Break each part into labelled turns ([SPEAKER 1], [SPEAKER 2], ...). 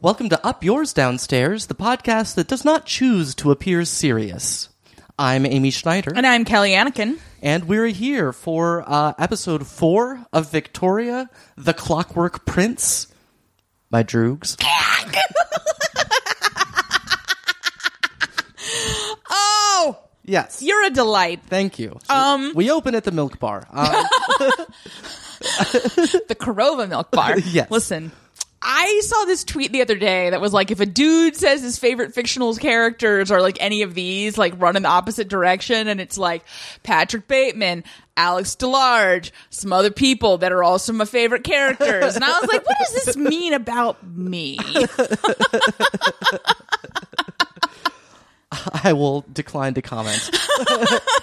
[SPEAKER 1] Welcome to Up Yours Downstairs, the podcast that does not choose to appear serious. I'm Amy Schneider,
[SPEAKER 2] And I'm Kelly Anakin.
[SPEAKER 1] and we're here for uh, episode four of Victoria, The Clockwork Prince by Droogs.
[SPEAKER 2] Oh,
[SPEAKER 1] Yes.
[SPEAKER 2] you're a delight.
[SPEAKER 1] Thank you. Um, we open at the milk bar. Um,
[SPEAKER 2] The Corova Milk Bar.
[SPEAKER 1] Yes.
[SPEAKER 2] Listen, I saw this tweet the other day that was like, if a dude says his favorite fictional characters or like any of these, like run in the opposite direction, and it's like Patrick Bateman, Alex DeLarge, some other people that are also my favorite characters, and I was like, what does this mean about me?
[SPEAKER 1] I will decline to comment.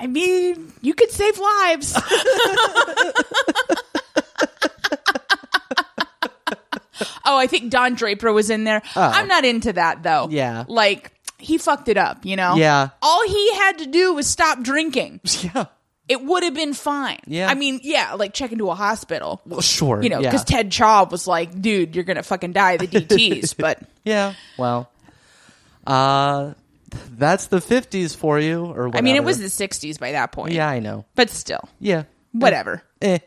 [SPEAKER 2] I mean, you could save lives. oh, I think Don Draper was in there. I'm not into that though.
[SPEAKER 1] Oh. Yeah.
[SPEAKER 2] Like he fucked it up, you know?
[SPEAKER 1] Yeah.
[SPEAKER 2] All he had to do was stop drinking.
[SPEAKER 1] yeah.
[SPEAKER 2] It would have been fine.
[SPEAKER 1] Yeah.
[SPEAKER 2] I mean, yeah, like check into a hospital.
[SPEAKER 1] Well, sure.
[SPEAKER 2] You know,
[SPEAKER 1] yeah.
[SPEAKER 2] because Ted Chaw was like, dude, you're going to fucking die of the DTs. but
[SPEAKER 1] Yeah. Well, uh, that's the 50s for you, or whatever.
[SPEAKER 2] I mean, it was the 60s by that point.
[SPEAKER 1] Yeah, I know.
[SPEAKER 2] But still,
[SPEAKER 1] Yeah.
[SPEAKER 2] whatever.
[SPEAKER 1] Eh.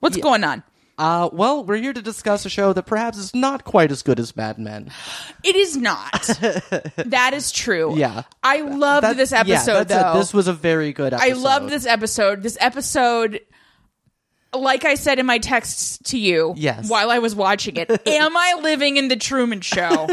[SPEAKER 2] What's going on?
[SPEAKER 1] Uh, well, we're here to discuss a show that perhaps is not quite as good as Mad Men.
[SPEAKER 2] It is not. that is true.
[SPEAKER 1] Yeah.
[SPEAKER 2] I loved
[SPEAKER 1] That-
[SPEAKER 2] this
[SPEAKER 1] yeah,
[SPEAKER 2] episode
[SPEAKER 1] that's it.
[SPEAKER 2] though.
[SPEAKER 1] this was a very good episode.
[SPEAKER 2] I loved this episode. This episode like I said in my texts to you
[SPEAKER 1] Yes.
[SPEAKER 2] while I was watching it, am I living in the Truman show?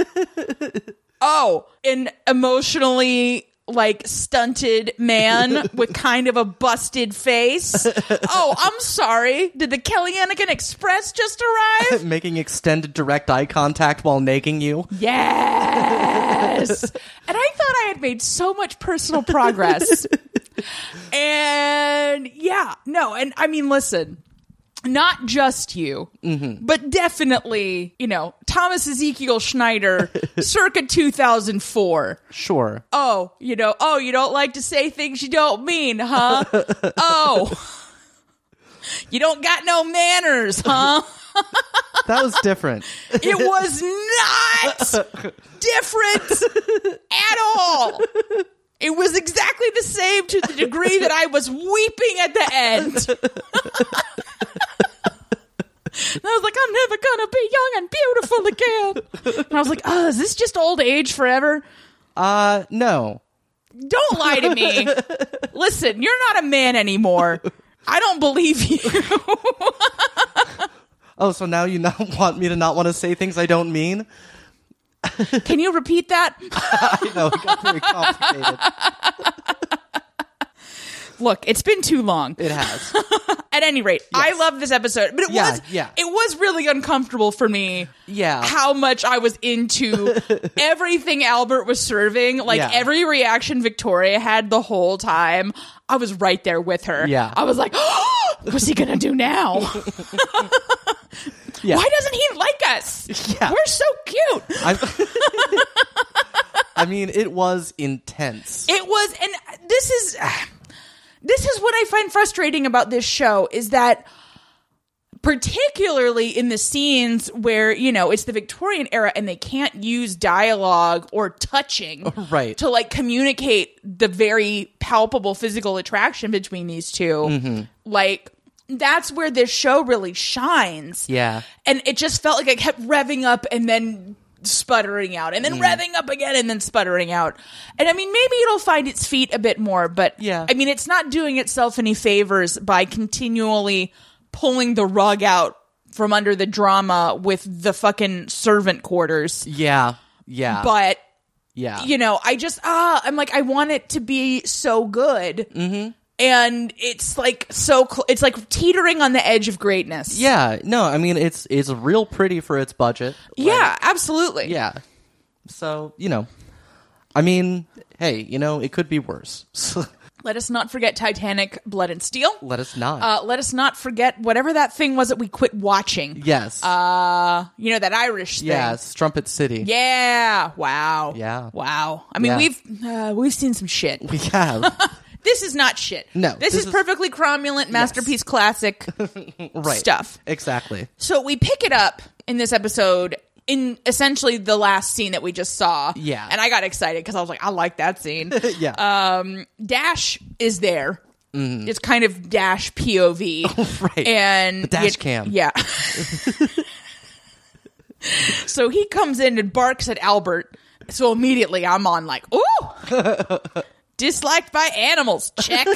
[SPEAKER 2] oh, an emotionally like stunted man with kind of a busted face. oh, I'm sorry. Did the Kelly Anakin Express just arrive?
[SPEAKER 1] Making extended direct eye contact while nagging you.
[SPEAKER 2] Yes. and I thought I had made so much personal progress. and yeah, no, and I mean, listen, not just you, but definitely, you know, Thomas Ezekiel Schneider circa 2004.
[SPEAKER 1] Sure.
[SPEAKER 2] Oh, you know, oh, you don't like to say things you don't mean, huh? oh. You don't got no manners, huh?
[SPEAKER 1] That was different.
[SPEAKER 2] It was not different at all. It was exactly the same to the degree that I was weeping at the end. and I was like, I'm never going to be young and beautiful again. And I was like, oh, is this just old age forever?
[SPEAKER 1] Uh, no.
[SPEAKER 2] Don't lie to me. Listen, you're not a man anymore. I don't believe you.
[SPEAKER 1] Oh, so now you not want me to not want to say things I don't mean?
[SPEAKER 2] Can you repeat that?
[SPEAKER 1] I know, it got very complicated.
[SPEAKER 2] Look, it's been too long.
[SPEAKER 1] It has.
[SPEAKER 2] at any rate, I love this episode, but it
[SPEAKER 1] Yeah,
[SPEAKER 2] was
[SPEAKER 1] yeah. Uh.
[SPEAKER 2] it was really uncomfortable for me.
[SPEAKER 1] Yeah.
[SPEAKER 2] how much I was into everything Albert was serving, like
[SPEAKER 1] Yeah.
[SPEAKER 2] every reaction Victoria had the whole time. I was right there with her.
[SPEAKER 1] Yeah.
[SPEAKER 2] I was like, what's he gonna do now?
[SPEAKER 1] Yeah.
[SPEAKER 2] Why doesn't he like us?
[SPEAKER 1] Yeah.
[SPEAKER 2] We're so cute.
[SPEAKER 1] I, I mean, it was intense.
[SPEAKER 2] It was, and this is this is what I find frustrating about this show is that particularly in the scenes where you know it's the Victorian era and they can't use dialogue or touching
[SPEAKER 1] Right.
[SPEAKER 2] to like communicate the very palpable physical attraction between these 2 like that's where this show really shines
[SPEAKER 1] yeah.
[SPEAKER 2] and it just felt like I kept revving up and then sputtering out and then
[SPEAKER 1] Mm.
[SPEAKER 2] revving up again and then sputtering out. And I mean, maybe it'll find its feet a bit more, but
[SPEAKER 1] Yeah.
[SPEAKER 2] I mean, it's not doing itself any favors by continually pulling the rug out from under the drama with the fucking servant quarters.
[SPEAKER 1] Yeah. Yeah.
[SPEAKER 2] But
[SPEAKER 1] yeah.
[SPEAKER 2] you know, I just ah, I'm like, I want it to be so good, mm-hmm. and it's like so, cl- it's like teetering on the edge of greatness.
[SPEAKER 1] Yeah, no, I mean it's it's real pretty for its budget.
[SPEAKER 2] yeah, absolutely.
[SPEAKER 1] Yeah. So, you know, I mean, hey, you know, it could be worse.
[SPEAKER 2] Let us not forget Titanic, Blood and Steel.
[SPEAKER 1] Let us not.
[SPEAKER 2] Uh, let us not forget whatever that thing was that we quit watching.
[SPEAKER 1] yes.
[SPEAKER 2] uh, You know, that Irish thing.
[SPEAKER 1] yes, Trumpet City.
[SPEAKER 2] Yeah. Wow.
[SPEAKER 1] Yeah.
[SPEAKER 2] Wow. I mean,
[SPEAKER 1] Yeah.
[SPEAKER 2] we've uh, we've seen some shit.
[SPEAKER 1] We have.
[SPEAKER 2] This is not shit.
[SPEAKER 1] No,
[SPEAKER 2] This,
[SPEAKER 1] this
[SPEAKER 2] is,
[SPEAKER 1] is-
[SPEAKER 2] perfectly cromulent masterpiece classic
[SPEAKER 1] right.
[SPEAKER 2] stuff.
[SPEAKER 1] Exactly.
[SPEAKER 2] So we pick it up in this episode in essentially the last scene that we just saw.
[SPEAKER 1] Yeah.
[SPEAKER 2] And I got excited because I was like, I like that scene.
[SPEAKER 1] yeah.
[SPEAKER 2] Uh, Dash is there.
[SPEAKER 1] Mm-hmm.
[SPEAKER 2] It's kind of Dash POV.
[SPEAKER 1] Right.
[SPEAKER 2] And
[SPEAKER 1] The dash
[SPEAKER 2] it-
[SPEAKER 1] cam.
[SPEAKER 2] Yeah. so he comes in and barks at Albert. So immediately I'm on like, ooh, disliked by animals. Check.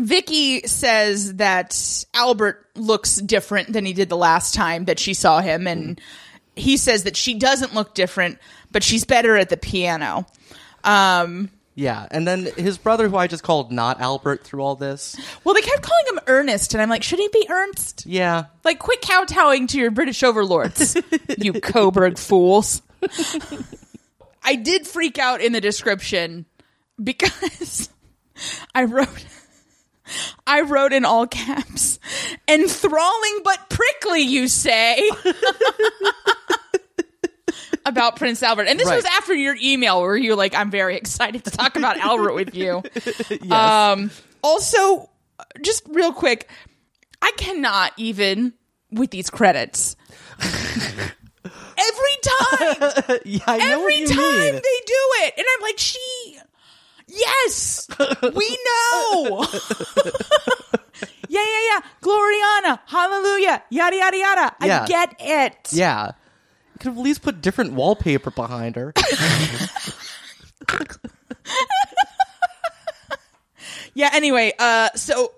[SPEAKER 2] Vicky says that Albert looks different than he did the last time that she saw him,
[SPEAKER 1] Mm.
[SPEAKER 2] and he says that she doesn't look different, but she's better at the piano.
[SPEAKER 1] yeah. And then his brother, who I just called not Albert through all this.
[SPEAKER 2] Well, they kept calling him Ernest, and I'm like, should he be Ernst?
[SPEAKER 1] Yeah.
[SPEAKER 2] Like, quit kowtowing to your British overlords, you Coburg fools. I did freak out in the description because I wrote. I wrote in all caps, enthralling but prickly, you say, about Prince Albert. And this
[SPEAKER 1] Right.
[SPEAKER 2] was after your email where you were like, I'm very excited to talk about Albert with you.
[SPEAKER 1] Yes.
[SPEAKER 2] Um, also, just real quick, I cannot even with these credits. every time,
[SPEAKER 1] yeah, I know what
[SPEAKER 2] every
[SPEAKER 1] you
[SPEAKER 2] time
[SPEAKER 1] mean.
[SPEAKER 2] they do it, and I'm like, she. Yes, we know. yeah, yeah, yeah. Gloriana, hallelujah, yada yada yada.
[SPEAKER 1] Yeah.
[SPEAKER 2] I get it.
[SPEAKER 1] Yeah. You could have at least put different wallpaper behind her.
[SPEAKER 2] Yeah, anyway, uh so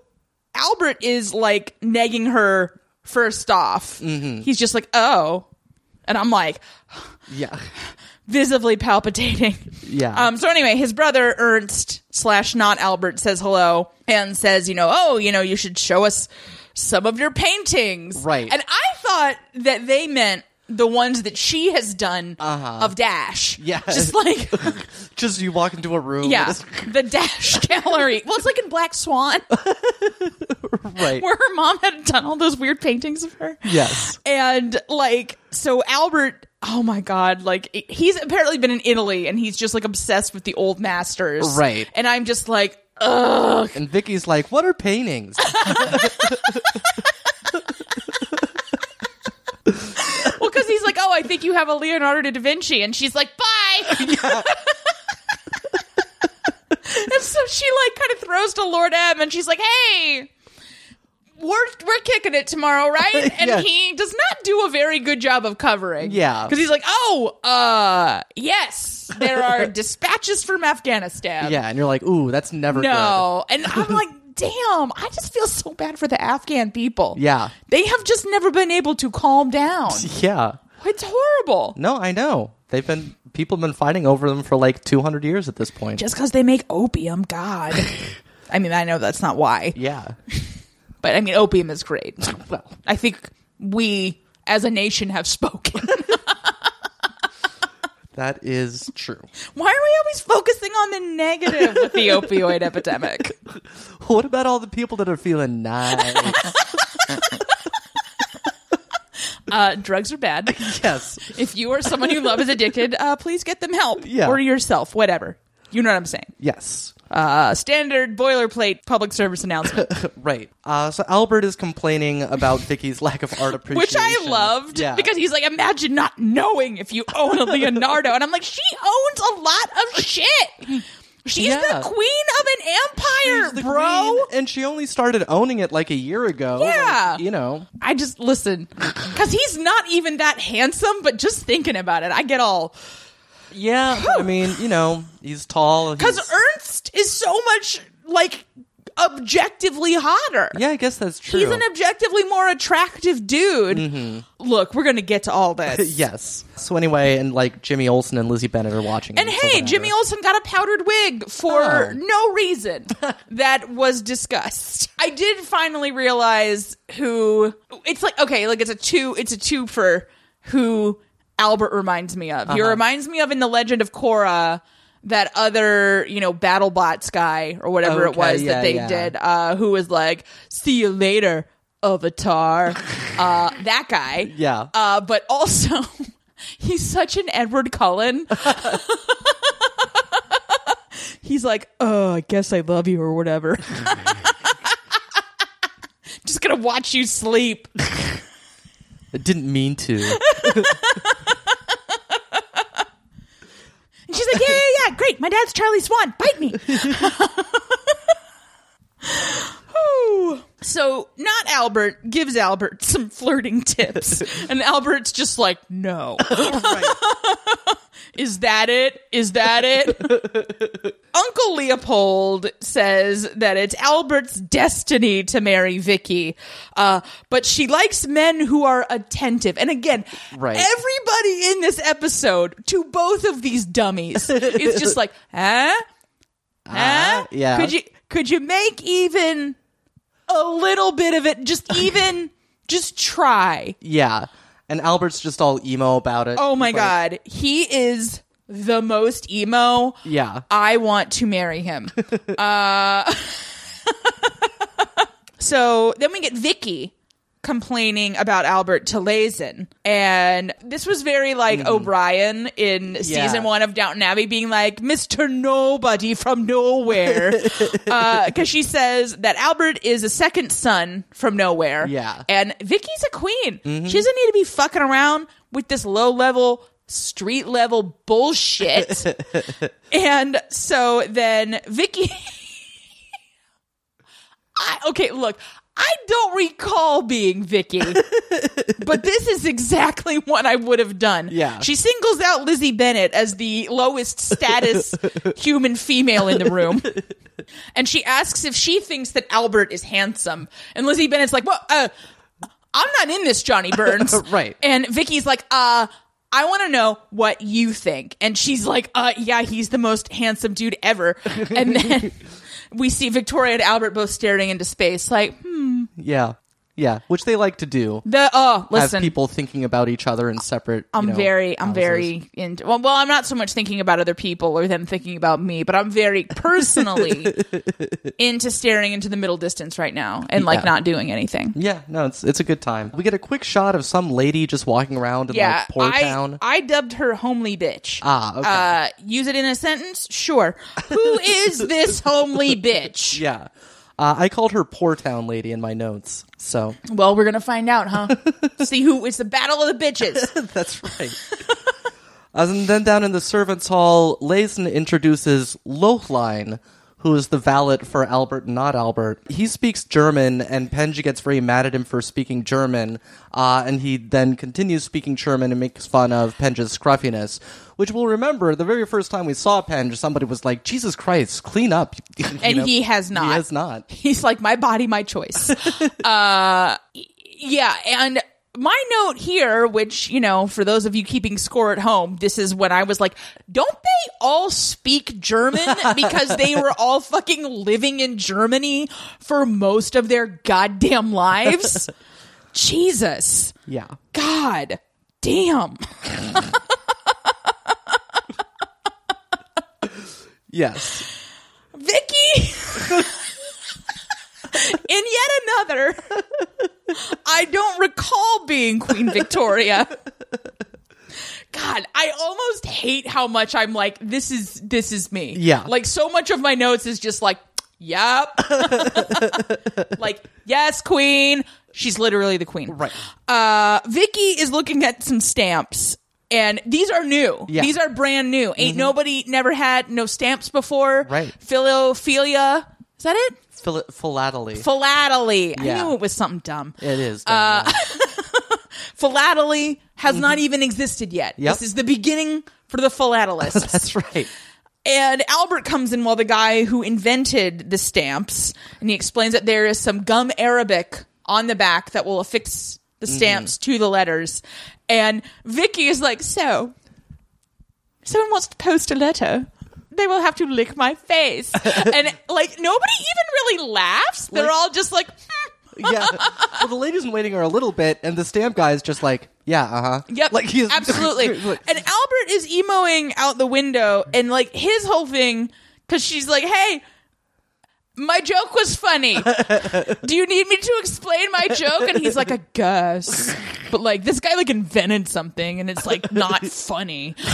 [SPEAKER 2] Albert is like negging her first off.
[SPEAKER 1] Mm-hmm.
[SPEAKER 2] He's just like, "Oh." And I'm like
[SPEAKER 1] yeah.
[SPEAKER 2] visibly palpitating.
[SPEAKER 1] Yeah.
[SPEAKER 2] Um so anyway, his brother Ernst slash not Albert says hello and says, you know, "Oh, you know, you should show us some of your paintings."
[SPEAKER 1] Right.
[SPEAKER 2] And I thought that they meant the ones that she has done of Dash.
[SPEAKER 1] Uh-huh. Yeah.
[SPEAKER 2] Just like
[SPEAKER 1] just you walk into a room.
[SPEAKER 2] yeah,
[SPEAKER 1] and
[SPEAKER 2] the Dash gallery. Well, it's like in Black Swan.
[SPEAKER 1] it's- right.
[SPEAKER 2] where her mom had done all those weird paintings of her.
[SPEAKER 1] yes.
[SPEAKER 2] And like, so Albert, oh my God, like, it- he's apparently been in Italy and he's just like obsessed with the old masters.
[SPEAKER 1] Right.
[SPEAKER 2] And I'm just like, ugh.
[SPEAKER 1] And Vicky's like, "What are paintings?"
[SPEAKER 2] Well, because he's like, oh, I think you have a Leonardo da Vinci. And she's like, bye. and so she like kind of throws to Lord M and she's like, hey. We're, we're kicking it tomorrow, right? And
[SPEAKER 1] Yes.
[SPEAKER 2] he does not do a very good job of covering.
[SPEAKER 1] Yeah.
[SPEAKER 2] Because he's like, oh, uh, yes, there are dispatches from Afghanistan.
[SPEAKER 1] yeah, and you're like, "Ooh, that's never
[SPEAKER 2] No. And I'm like, damn, I just feel so bad for the Afghan people.
[SPEAKER 1] Yeah.
[SPEAKER 2] They have just never been able to calm down.
[SPEAKER 1] good." Yeah.
[SPEAKER 2] It's horrible.
[SPEAKER 1] No, I know. They've been people have been fighting over them for like 200 years at this point.
[SPEAKER 2] just because they make opium god i mean i know that's not why
[SPEAKER 1] yeah.
[SPEAKER 2] but i mean opium is great
[SPEAKER 1] Well,
[SPEAKER 2] i think we as a nation have spoken
[SPEAKER 1] that is true.
[SPEAKER 2] why are we always focusing on the negative with the opioid epidemic
[SPEAKER 1] What about all the people that are feeling nice?
[SPEAKER 2] uh, drugs are bad
[SPEAKER 1] yes.
[SPEAKER 2] if you or someone you love is addicted uh, please get them help
[SPEAKER 1] Yeah.
[SPEAKER 2] or yourself whatever you know what i'm saying
[SPEAKER 1] Yes.
[SPEAKER 2] uh, standard boilerplate public service announcement
[SPEAKER 1] Right. Uh, so Albert is complaining about Vicky's lack of art appreciation,
[SPEAKER 2] which i loved
[SPEAKER 1] Yeah.
[SPEAKER 2] because he's like imagine not knowing if you own a leonardo and i'm like she owns a lot of shit she's
[SPEAKER 1] Yeah.
[SPEAKER 2] the queen of an
[SPEAKER 1] She's
[SPEAKER 2] empire
[SPEAKER 1] the
[SPEAKER 2] bro
[SPEAKER 1] queen, and she only started owning it like a year ago.
[SPEAKER 2] Yeah.
[SPEAKER 1] Like, you know.
[SPEAKER 2] i just listen because he's not even that handsome but just thinking about it i get all
[SPEAKER 1] Yeah. I mean, you know, he's tall.
[SPEAKER 2] because
[SPEAKER 1] he's-
[SPEAKER 2] ernst is so much like objectively hotter
[SPEAKER 1] yeah, I guess that's true. Mm-hmm.
[SPEAKER 2] He's an objectively more attractive dude. Look, we're gonna get to all this.
[SPEAKER 1] yes. So anyway, and like Jimmy Olsen and Lizzie Bennett are watching.
[SPEAKER 2] And
[SPEAKER 1] him, so
[SPEAKER 2] hey,
[SPEAKER 1] whatever.
[SPEAKER 2] Jimmy Olsen got a powdered wig for
[SPEAKER 1] Oh.
[SPEAKER 2] no reason that was discussed. I did finally realize who it's like okay, like it's a two it's a two for who Albert reminds me of.
[SPEAKER 1] Uh-huh.
[SPEAKER 2] He reminds me of in The Legend of Korra that other, you know, BattleBots guy or whatever it
[SPEAKER 1] Okay,
[SPEAKER 2] was
[SPEAKER 1] yeah,
[SPEAKER 2] that they
[SPEAKER 1] yeah.
[SPEAKER 2] did, uh, who was like, see you later, Avatar. uh, that guy.
[SPEAKER 1] Yeah.
[SPEAKER 2] Uh, but also, he's such an Edward Cullen. he's like, oh, I guess I love you or whatever. Just just gonna watch you sleep.
[SPEAKER 1] I didn't mean to.
[SPEAKER 2] And she's like, yeah, yeah, yeah, great. My dad's Charlie Swan. Bite me. Whew. so, not Albert gives Albert some flirting tips. And Albert's just like, no. Is that it? Is that it? Uncle Leopold says that it's Albert's destiny to marry Vicky, uh, but she likes men who are attentive. And again,
[SPEAKER 1] Right.
[SPEAKER 2] everybody in this episode to both of these dummies is just like, huh? Huh?
[SPEAKER 1] Ah, yeah.
[SPEAKER 2] Could you could you make even a little bit of it? Just even just try.
[SPEAKER 1] Yeah. And Albert's just all emo about it.
[SPEAKER 2] Oh my
[SPEAKER 1] He's like,
[SPEAKER 2] god. He is the most emo.
[SPEAKER 1] Yeah.
[SPEAKER 2] I want to marry him. uh, so then we get Vicky complaining about Albert to Lazen. And this was very like O'Brien in season one of Downton Abbey being like, Mr. Nobody from nowhere. Because Uh, she says that Albert is a second son from nowhere.
[SPEAKER 1] Yeah.
[SPEAKER 2] And Vicky's a queen. She doesn't need to be fucking around with this low level, street level bullshit. And so then Vicky I okay, look, I don't recall being Vicky, but this is exactly what I would have done.
[SPEAKER 1] Yeah.
[SPEAKER 2] She singles out Lizzie Bennett as the lowest status human female in the room. And she asks if she thinks that Albert is handsome. And Lizzie Bennett's like, "Well, uh, I'm not in this, Johnny Burns."
[SPEAKER 1] Right.
[SPEAKER 2] And Vicky's like, uh, I want to know what you think. And she's like, uh, yeah, he's the most handsome dude ever. And then we see Victoria and Albert both staring into space, like, hmm,
[SPEAKER 1] Yeah. Yeah. Which they like to do.
[SPEAKER 2] the, oh,
[SPEAKER 1] Have
[SPEAKER 2] listen.
[SPEAKER 1] people thinking about each other in separate. you
[SPEAKER 2] I'm
[SPEAKER 1] know,
[SPEAKER 2] very, I'm
[SPEAKER 1] houses.
[SPEAKER 2] very into. Well, well, I'm not so much thinking about other people or them thinking about me, but I'm very personally into staring into the middle distance right now and like
[SPEAKER 1] Yeah.
[SPEAKER 2] not doing anything.
[SPEAKER 1] Yeah, no, it's it's a good time. We get a quick shot of some lady just walking around in
[SPEAKER 2] Yeah,
[SPEAKER 1] like poor
[SPEAKER 2] I,
[SPEAKER 1] town.
[SPEAKER 2] I dubbed her homely bitch.
[SPEAKER 1] Ah, okay.
[SPEAKER 2] Uh, use it in a sentence? Sure. Who is this homely bitch?
[SPEAKER 1] yeah. Uh, I called her poor town lady in my notes. So
[SPEAKER 2] Well, we're gonna find out, huh? See who it's the battle of the bitches.
[SPEAKER 1] That's right. and then down in the servants' hall, Layson introduces Lochline, who is the valet for Albert, not Albert. He speaks German, and Penji gets very mad at him for speaking German, uh, and he then continues speaking German and makes fun of Penja's scruffiness. Which we'll remember the very first time we saw Penge, somebody was like, Jesus Christ, clean up. You
[SPEAKER 2] And
[SPEAKER 1] know,
[SPEAKER 2] he has
[SPEAKER 1] He
[SPEAKER 2] not.
[SPEAKER 1] has not.
[SPEAKER 2] He's like, my body, my choice. uh, y- yeah, and my note here, which you know, for those of you keeping score at home, this is when I was like, don't they all speak German because they were all fucking living in Germany for most of their goddamn lives? Jesus,
[SPEAKER 1] Yeah.
[SPEAKER 2] God, damn.
[SPEAKER 1] Yes.
[SPEAKER 2] Vicky. In yet another, I don't recall being Queen Victoria. God, I almost hate how much I'm like, this is this is me.
[SPEAKER 1] Yeah.
[SPEAKER 2] Like so much of my notes is just like, yep. like, yes, Queen. She's literally the Queen.
[SPEAKER 1] Right.
[SPEAKER 2] Uh, Vicky is looking at some stamps, and these are new.
[SPEAKER 1] Yeah. Mm-hmm.
[SPEAKER 2] These are brand new. Ain't nobody never had no stamps before.
[SPEAKER 1] Right.
[SPEAKER 2] Philophilia. Is that it?
[SPEAKER 1] Phil- philately.
[SPEAKER 2] Philately. I
[SPEAKER 1] Yeah.
[SPEAKER 2] knew it was something dumb.
[SPEAKER 1] it is. Uh,
[SPEAKER 2] Philately has not even existed yet.
[SPEAKER 1] Mm-hmm. Yep.
[SPEAKER 2] This is the beginning for the philatelist.
[SPEAKER 1] That's right.
[SPEAKER 2] And Albert comes in while the guy who invented the stamps, and he explains that there is some gum Arabic on the back that will affix the stamps to the letters. And Vicky is like, so, someone wants to post a letter. They will have to lick my face. and like, nobody even really laughs. They're
[SPEAKER 1] Like-
[SPEAKER 2] all just like, "Hmm."
[SPEAKER 1] yeah. Well, the lady's been waiting her a little bit, and the stamp guy is just like, yeah, uh huh.
[SPEAKER 2] Yep.
[SPEAKER 1] Like he's
[SPEAKER 2] absolutely.
[SPEAKER 1] like-
[SPEAKER 2] and Albert is emoing out the window, and like his whole thing, because she's like, "Hey, my joke was funny. Do you need me to explain my joke?" And he's like, "I guess," but like this guy like invented something, and it's like not funny.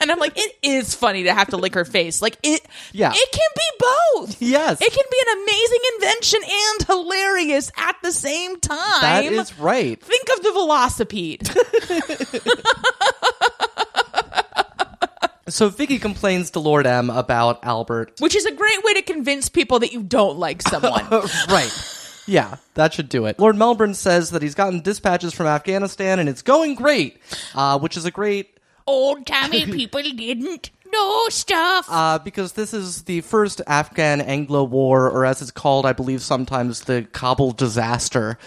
[SPEAKER 2] And I'm like, it is funny to have to lick her face. Like it
[SPEAKER 1] Yeah.
[SPEAKER 2] It can be both.
[SPEAKER 1] Yes.
[SPEAKER 2] It can be an amazing invention and hilarious at the same time.
[SPEAKER 1] That is right.
[SPEAKER 2] Think of the velocipede.
[SPEAKER 1] So Vicky complains to Lord M about Albert.
[SPEAKER 2] which is a great way to convince people that you don't like someone.
[SPEAKER 1] right. Yeah, that should do it. Lord Melbourne says that he's gotten dispatches from Afghanistan and it's going great, uh, which is a great
[SPEAKER 2] Old timey people didn't know stuff.
[SPEAKER 1] uh, because this is the first Afghan Anglo War, or as it's called, I believe sometimes the Kabul disaster.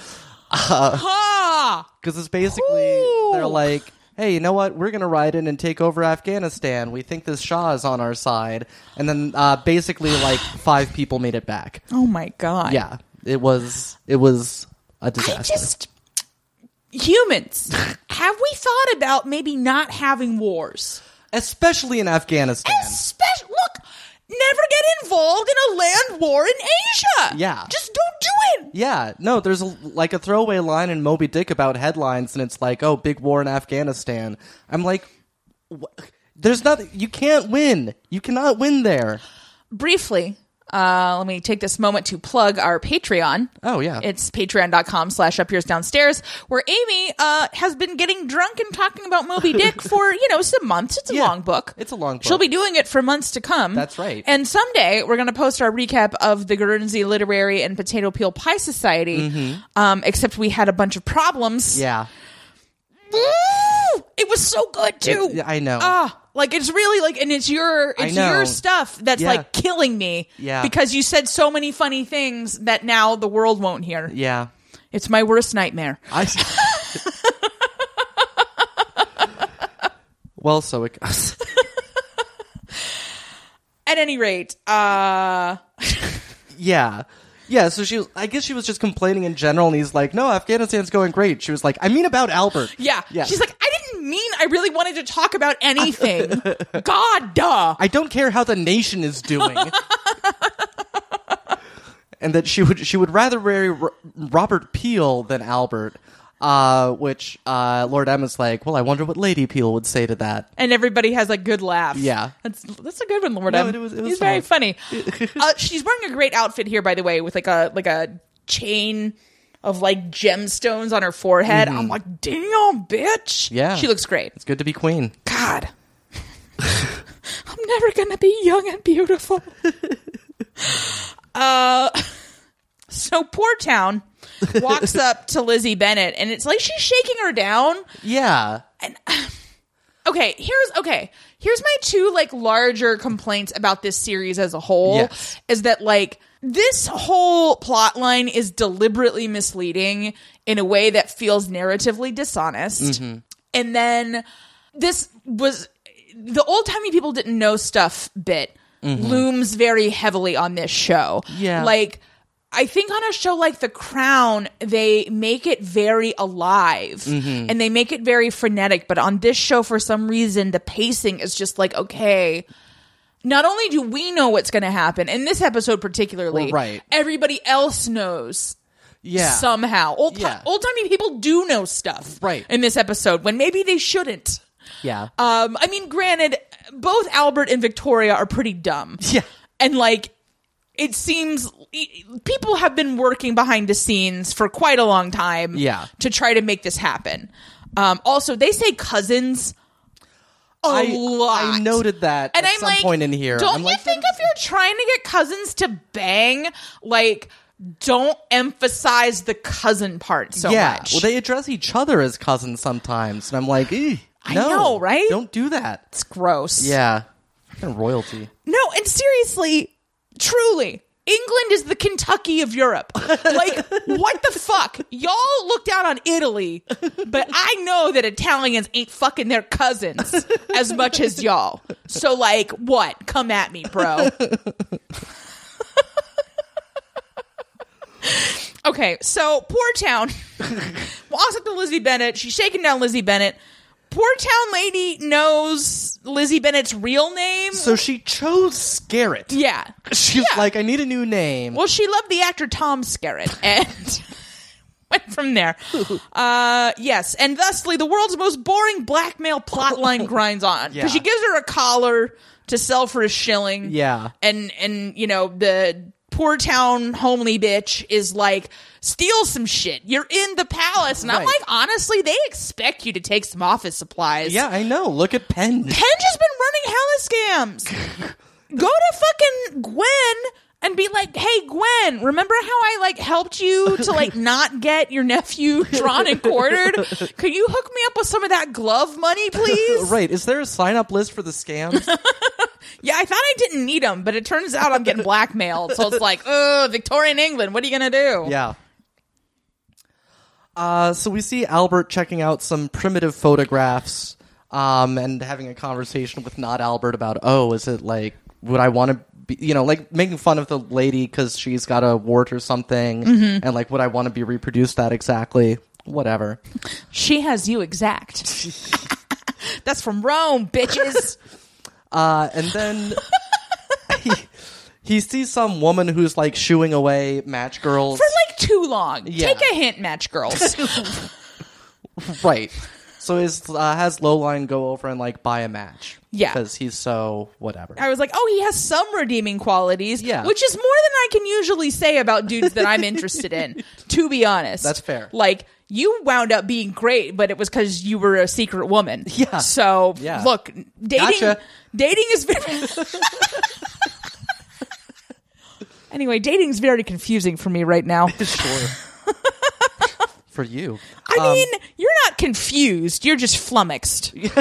[SPEAKER 2] ha!
[SPEAKER 1] Because it's basically
[SPEAKER 2] Ooh.
[SPEAKER 1] they're like, hey, you know what? We're gonna ride in and take over Afghanistan. We think this Shah is on our side, and then uh, basically like five people made it back.
[SPEAKER 2] Oh my god.
[SPEAKER 1] Yeah, it was it was a
[SPEAKER 2] I
[SPEAKER 1] disaster.
[SPEAKER 2] just humans. have we thought about maybe not having wars?
[SPEAKER 1] especially in Afghanistan.
[SPEAKER 2] Especially look, never get involved in a land war in Asia.
[SPEAKER 1] Yeah.
[SPEAKER 2] Just don't do it.
[SPEAKER 1] yeah, no, there's a, like a throwaway line in Moby Dick about headlines, and it's like, "Oh, big war in Afghanistan." I'm like, wh- "There's nothing. You can't win. You cannot win there."
[SPEAKER 2] Briefly, uh, let me take this moment to plug our Patreon.
[SPEAKER 1] Oh yeah,
[SPEAKER 2] It's patreon.com slash up yours downstairs, where Amy uh, has been getting drunk and talking about Moby Dick for, you know, some months. It's a
[SPEAKER 1] Yeah.
[SPEAKER 2] long book.
[SPEAKER 1] It's a long
[SPEAKER 2] She'll
[SPEAKER 1] book.
[SPEAKER 2] be doing it for months to come.
[SPEAKER 1] That's right.
[SPEAKER 2] And someday we're going to post our recap of the Guernsey Literary and Potato Peel Pie Society, um, except we had a bunch of problems.
[SPEAKER 1] Mm-hmm. yeah.
[SPEAKER 2] Woo! It was so good, too.
[SPEAKER 1] It- I know.
[SPEAKER 2] Ah. Like it's really like, and it's your it's
[SPEAKER 1] know.
[SPEAKER 2] your stuff that's
[SPEAKER 1] Yeah.
[SPEAKER 2] like killing me.
[SPEAKER 1] Yeah.
[SPEAKER 2] because you said so many funny things that now the world won't hear.
[SPEAKER 1] Yeah.
[SPEAKER 2] It's my worst nightmare.
[SPEAKER 1] I. well, so it goes.
[SPEAKER 2] At any rate, uh,
[SPEAKER 1] yeah. Yeah, so she was, I guess she was just complaining in general, and he's like, no, Afghanistan's going great. She was like, I mean about Albert.
[SPEAKER 2] yeah.
[SPEAKER 1] Yeah.
[SPEAKER 2] She's like, I didn't mean I really wanted to talk about anything. God, duh.
[SPEAKER 1] I don't care how the nation is doing. and that she would she would rather marry Ro- Robert Peel than Albert, uh, which uh, Lord M is like, well, I wonder what Lady Peel would say to that.
[SPEAKER 2] And everybody has a good laugh.
[SPEAKER 1] Yeah.
[SPEAKER 2] That's that's a good one, Lord.
[SPEAKER 1] No,
[SPEAKER 2] M.
[SPEAKER 1] it was- it was
[SPEAKER 2] He's very
[SPEAKER 1] solid.
[SPEAKER 2] funny. uh, she's wearing a great outfit here, by the way, with like a like a chain of like gemstones on her forehead. I'm like, damn, bitch.
[SPEAKER 1] Mm-hmm. Yeah.
[SPEAKER 2] She looks great.
[SPEAKER 1] It's good to be queen.
[SPEAKER 2] God. I'm never going to be young and beautiful. uh, so poor town walks up to Lizzie Bennett and it's like she's shaking her down.
[SPEAKER 1] Yeah.
[SPEAKER 2] Okay, here's okay. Here's my two like larger complaints about this series as a whole
[SPEAKER 1] Yes.
[SPEAKER 2] is that like this whole plot line is deliberately misleading in a way that feels narratively dishonest. And then this was the old timey people didn't know stuff bit looms very heavily on this show.
[SPEAKER 1] Mm-hmm. Yeah.
[SPEAKER 2] Like I think on a show like The Crown, they make it very alive
[SPEAKER 1] Mm-hmm.
[SPEAKER 2] and they make it very frenetic. But on this show, for some reason, the pacing is just like, okay, not only do we know what's going to happen, in this episode particularly,
[SPEAKER 1] Well, right.
[SPEAKER 2] everybody else knows
[SPEAKER 1] Yeah.
[SPEAKER 2] somehow. Old ti-
[SPEAKER 1] Yeah.
[SPEAKER 2] old timey people do know stuff
[SPEAKER 1] Right.
[SPEAKER 2] in this episode when maybe they shouldn't.
[SPEAKER 1] yeah.
[SPEAKER 2] Um, I mean, granted, both Albert and Victoria are pretty dumb.
[SPEAKER 1] Yeah.
[SPEAKER 2] And like, it seems e- people have been working behind the scenes for quite a long time.
[SPEAKER 1] Yeah.
[SPEAKER 2] To try to make this happen. Um, also, they say cousins a
[SPEAKER 1] I,
[SPEAKER 2] lot.
[SPEAKER 1] I noted that
[SPEAKER 2] And
[SPEAKER 1] at
[SPEAKER 2] I'm
[SPEAKER 1] some
[SPEAKER 2] like,
[SPEAKER 1] point in here.
[SPEAKER 2] Don't
[SPEAKER 1] I'm
[SPEAKER 2] you
[SPEAKER 1] like,
[SPEAKER 2] think if you're trying to get cousins to bang, like, don't emphasize the cousin part so
[SPEAKER 1] yeah.
[SPEAKER 2] much.
[SPEAKER 1] Well, they address each other as cousins sometimes, and I'm like, "Ew,
[SPEAKER 2] I
[SPEAKER 1] no,
[SPEAKER 2] know, right?
[SPEAKER 1] Don't do that.
[SPEAKER 2] it's gross.
[SPEAKER 1] Yeah, and royalty.
[SPEAKER 2] No, and seriously, truly, England is the Kentucky of Europe. Like, what the fuck? Y'all look down on Italy, but I know that Italians ain't fucking their cousins as much as y'all. So, like, what? Come at me, bro. Okay, so poor town. walks up to Lizzie Bennett. She's shaking down Lizzie Bennett. Poor town lady knows Lizzie Bennett's real name.
[SPEAKER 1] So she chose Scarrett.
[SPEAKER 2] Yeah.
[SPEAKER 1] She's
[SPEAKER 2] Yeah.
[SPEAKER 1] like, I need a new name.
[SPEAKER 2] Well, she loved the actor Tom Skerritt, and went from there. uh, yes, and thusly, the world's most boring blackmail plotline grinds on
[SPEAKER 1] Yeah.
[SPEAKER 2] because she gives her a collar to sell for a shilling.
[SPEAKER 1] Yeah.
[SPEAKER 2] and and you know the poor town homely bitch is like steal some shit you're in the palace and i'm
[SPEAKER 1] Right.
[SPEAKER 2] like honestly they expect you to take some office supplies
[SPEAKER 1] Yeah, I know. Look at Pen.
[SPEAKER 2] Penge has been running hella scams. Go to fucking Gwen and be like, "Hey Gwen, remember how I like helped you to like not get your nephew drawn and quartered? Can you hook me up with some of that glove money, please?"
[SPEAKER 1] Right. Is there a sign up list for the scams?
[SPEAKER 2] Yeah, I thought I didn't need them, but it turns out I'm getting blackmailed. So it's like, "Oh, Victorian England, what are you going to do?"
[SPEAKER 1] yeah. Uh, so we see Albert checking out some primitive photographs um, and having a conversation with not Albert about, oh, is it like, would I want to be, you know, like making fun of the lady because she's got a wart or something and like, would I want to be reproduced that exactly? Whatever.
[SPEAKER 2] She has you exact. That's from Rome, bitches.
[SPEAKER 1] Uh, and then he, he sees some woman who's like shooing away match girls.
[SPEAKER 2] For like too long.
[SPEAKER 1] Yeah.
[SPEAKER 2] Take a hint, match girls.
[SPEAKER 1] right. So is uh, has Lowline go over and like buy a match?
[SPEAKER 2] Yeah.
[SPEAKER 1] because he's so whatever.
[SPEAKER 2] I was like, oh, he has some redeeming qualities,
[SPEAKER 1] Yeah.
[SPEAKER 2] which is more than I can usually say about dudes that I'm interested in, to be honest.
[SPEAKER 1] That's fair.
[SPEAKER 2] Like, you wound up being great, but it was because you were a secret woman.
[SPEAKER 1] Yeah.
[SPEAKER 2] So,
[SPEAKER 1] Yeah.
[SPEAKER 2] look, dating,
[SPEAKER 1] Gotcha.
[SPEAKER 2] dating is very. anyway, dating's very confusing for me right now.
[SPEAKER 1] sure. For you, Um,
[SPEAKER 2] I mean, you're not confused; you're just flummoxed.
[SPEAKER 1] all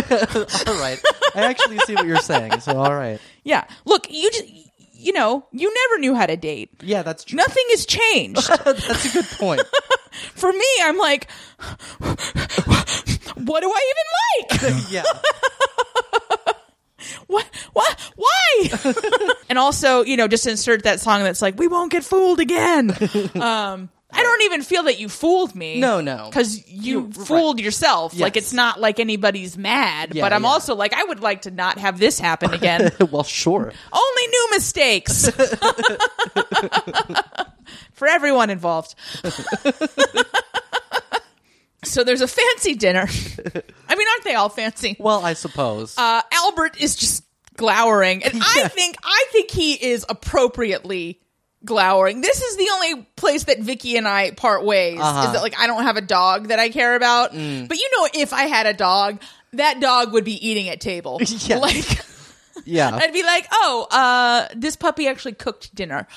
[SPEAKER 1] right. I actually see what you're saying. So all right.
[SPEAKER 2] Yeah. Look, you just, you know, you never knew how to date.
[SPEAKER 1] Yeah, that's true.
[SPEAKER 2] Nothing has changed.
[SPEAKER 1] that's a good point.
[SPEAKER 2] for me, I'm like, what do I even like?
[SPEAKER 1] Yeah,
[SPEAKER 2] What? What? Why? and also, you know, just insert that song that's like, we won't get fooled again. Um, I don't even feel that you fooled me.
[SPEAKER 1] No, no.
[SPEAKER 2] Because you
[SPEAKER 1] You're
[SPEAKER 2] fooled yourself. Like,
[SPEAKER 1] Yes.
[SPEAKER 2] it's not like anybody's mad,
[SPEAKER 1] Yeah,
[SPEAKER 2] but I'm
[SPEAKER 1] yeah.
[SPEAKER 2] also like, I would like to not have this happen again.
[SPEAKER 1] well, sure.
[SPEAKER 2] Only new mistakes for everyone involved. so there's a fancy dinner. I mean, aren't they all fancy?
[SPEAKER 1] Well, I suppose.
[SPEAKER 2] Uh, Albert is just glowering, and I
[SPEAKER 1] Yeah.
[SPEAKER 2] think I think he is appropriately glowering. This is the only place that Vicky and I part ways. Is
[SPEAKER 1] Uh-huh.
[SPEAKER 2] that like I don't have a dog that I care about, but you know, if I had a dog, that dog would be eating at table.
[SPEAKER 1] Yeah.
[SPEAKER 2] Like.
[SPEAKER 1] yeah,
[SPEAKER 2] I'd be like, oh, uh, this puppy actually cooked dinner.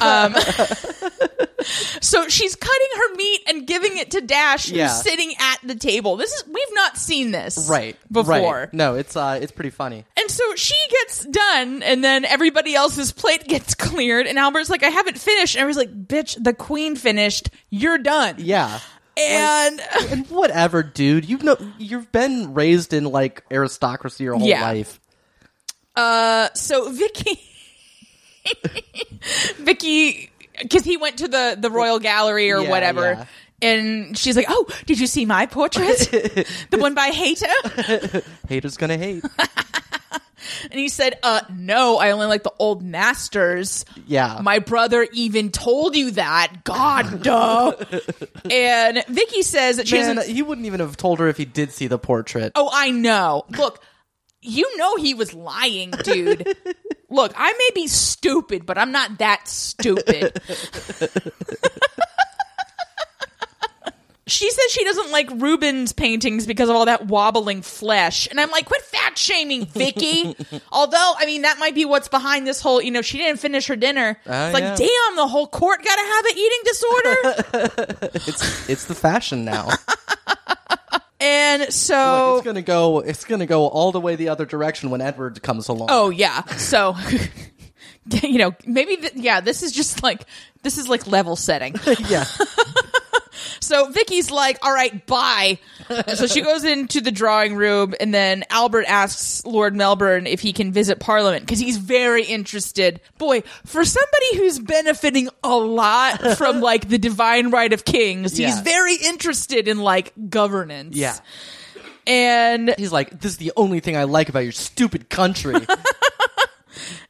[SPEAKER 2] Um, so she's cutting her meat and giving it to Dash,
[SPEAKER 1] Yeah.
[SPEAKER 2] who's sitting at the table. This is we've not seen this
[SPEAKER 1] right.
[SPEAKER 2] before,
[SPEAKER 1] right. No, it's uh, it's pretty funny.
[SPEAKER 2] and so she gets done, and then everybody else's plate gets cleared, and Albert's like, I haven't finished, and I was like, bitch, the queen finished, you're done,
[SPEAKER 1] Yeah.
[SPEAKER 2] and.
[SPEAKER 1] And whatever, dude. You know, you've been raised in like aristocracy your whole
[SPEAKER 2] Yeah.
[SPEAKER 1] life.
[SPEAKER 2] Uh, so Vicky, Vicky, because he went to the the Royal Gallery or
[SPEAKER 1] Yeah,
[SPEAKER 2] whatever.
[SPEAKER 1] yeah.
[SPEAKER 2] And she's like, "Oh, did you see my portrait? the one by Hater?"
[SPEAKER 1] Haters gonna hate.
[SPEAKER 2] And he said, "Uh, no, I only like the old masters.
[SPEAKER 1] Yeah.
[SPEAKER 2] My brother even told you that. God, duh." and Vicky says that she
[SPEAKER 1] Man,
[SPEAKER 2] doesn't.
[SPEAKER 1] he wouldn't even have told her if he did see the portrait.
[SPEAKER 2] Oh, I know. Look, you know he was lying, dude. Look, I may be stupid, but I'm not that stupid. she says she doesn't like Rubens paintings because of all that wobbling flesh. And I'm like, quit fat shaming, Vicky. Although, I mean, that might be what's behind this whole, you know, she didn't finish her dinner.
[SPEAKER 1] Oh,
[SPEAKER 2] it's like,
[SPEAKER 1] yeah.
[SPEAKER 2] damn, the whole court got to have an eating disorder.
[SPEAKER 1] It's it's the fashion now. Oh.
[SPEAKER 2] and so.
[SPEAKER 1] Look, it's gonna go. It's gonna go all the way the other direction when Edward comes along.
[SPEAKER 2] Oh yeah. So you know, maybe th- yeah, this is just like this is like level setting.
[SPEAKER 1] yeah,
[SPEAKER 2] So Vicky's like, "All right, bye." And so she goes into the drawing room and then Albert asks Lord Melbourne if he can visit Parliament cuz he's very interested. Boy, for somebody who's benefiting a lot from like the divine right of kings, he's
[SPEAKER 1] Yeah.
[SPEAKER 2] very interested in like governance.
[SPEAKER 1] yeah.
[SPEAKER 2] And
[SPEAKER 1] He's like, this is the only thing I like about your stupid country.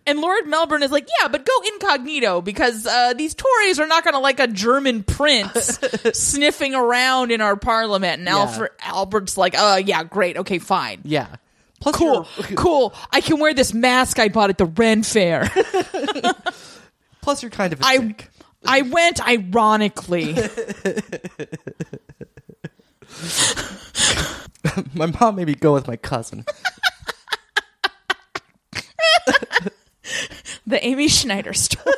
[SPEAKER 2] And Lord Melbourne is like, yeah, but go incognito because uh, these Tories are not going to like a German prince sniffing around in our parliament. And Alfred, Albert's like, uh, yeah, great. Okay, fine.
[SPEAKER 1] Yeah. Plus
[SPEAKER 2] Cool,
[SPEAKER 1] you're-
[SPEAKER 2] cool. I can wear this mask I bought at the Ren Fair.
[SPEAKER 1] plus you're kind of a
[SPEAKER 2] I,
[SPEAKER 1] dick.
[SPEAKER 2] I went ironically.
[SPEAKER 1] My mom made me go with my cousin.
[SPEAKER 2] the Amy Schneider story.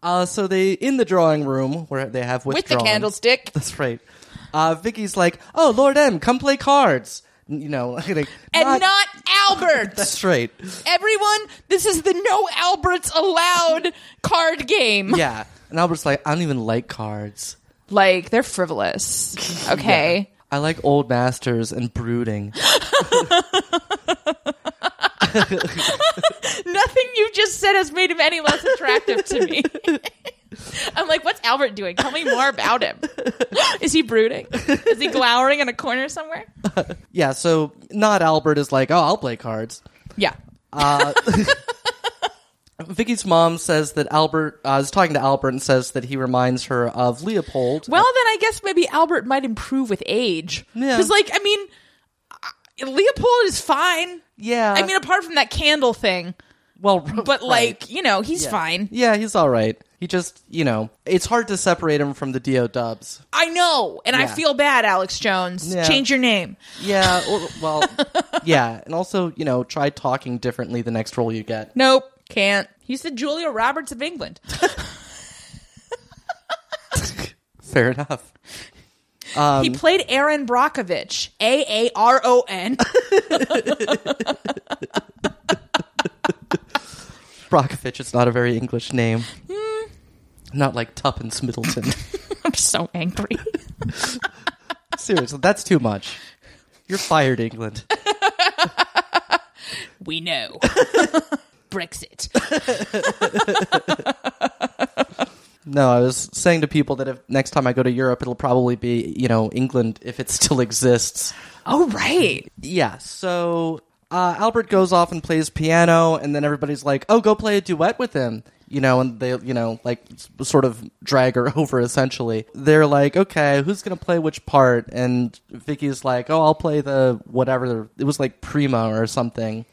[SPEAKER 1] Uh, so they in the drawing room where they have
[SPEAKER 2] With
[SPEAKER 1] withdrawn.
[SPEAKER 2] the candlestick.
[SPEAKER 1] That's right. Uh, Vicky's like, "Oh, Lord M, come play cards." N- You know, like,
[SPEAKER 2] And not, Albert.
[SPEAKER 1] that's right.
[SPEAKER 2] Everyone, this is the no Alberts allowed card game.
[SPEAKER 1] Yeah. And Albert's like, "I don't even like cards.
[SPEAKER 2] Like, they're frivolous. Okay.
[SPEAKER 1] I like old masters and brooding."
[SPEAKER 2] Nothing you just said has made him any less attractive to me. I'm like, what's Albert doing? Tell me more about him. is he brooding? Is he glowering in a corner somewhere?
[SPEAKER 1] yeah. So not Albert is like, "Oh, I'll play cards."
[SPEAKER 2] Yeah.
[SPEAKER 1] Vicky's mom says that Albert uh, is talking to Albert and says that he reminds her of Leopold.
[SPEAKER 2] Well, then I guess maybe Albert might improve with age.
[SPEAKER 1] Yeah.
[SPEAKER 2] Because, like, I mean, I- Leopold is fine.
[SPEAKER 1] yeah.
[SPEAKER 2] I mean, apart from that candle thing,
[SPEAKER 1] well,
[SPEAKER 2] but
[SPEAKER 1] Uh, right.
[SPEAKER 2] like, you know, he's fine.
[SPEAKER 1] Yeah, he's all right. He just, you know, it's hard to separate him from the Do Dubs.
[SPEAKER 2] I know, and I
[SPEAKER 1] Yeah.
[SPEAKER 2] feel bad, Alex Jones.
[SPEAKER 1] Yeah.
[SPEAKER 2] Change your name.
[SPEAKER 1] Yeah, or- well, yeah, and also, you know, try talking differently the next role you get.
[SPEAKER 2] Nope, can't. He's the Julia Roberts of England.
[SPEAKER 1] Fair enough.
[SPEAKER 2] he played Aaron Brockovich, A A R O N.
[SPEAKER 1] Brockovich is not a very English name.
[SPEAKER 2] Hmm.
[SPEAKER 1] Not like Tuppence Middleton.
[SPEAKER 2] I'm so angry.
[SPEAKER 1] Seriously, that's too much. You're fired, England.
[SPEAKER 2] We know. Brexit.
[SPEAKER 1] No, I was saying to people that if next time I go to Europe, it'll probably be, you know, England if it still exists.
[SPEAKER 2] Oh, right.
[SPEAKER 1] Yeah, so uh, Albert goes off and plays piano, and then everybody's like, "Oh, go play a duet with him," you know, and they, you know, like s- sort of drag her over. Essentially, they're like, "Okay, who's gonna play which part?" And Vicky's like, "Oh, I'll play the whatever." It was like prima or something,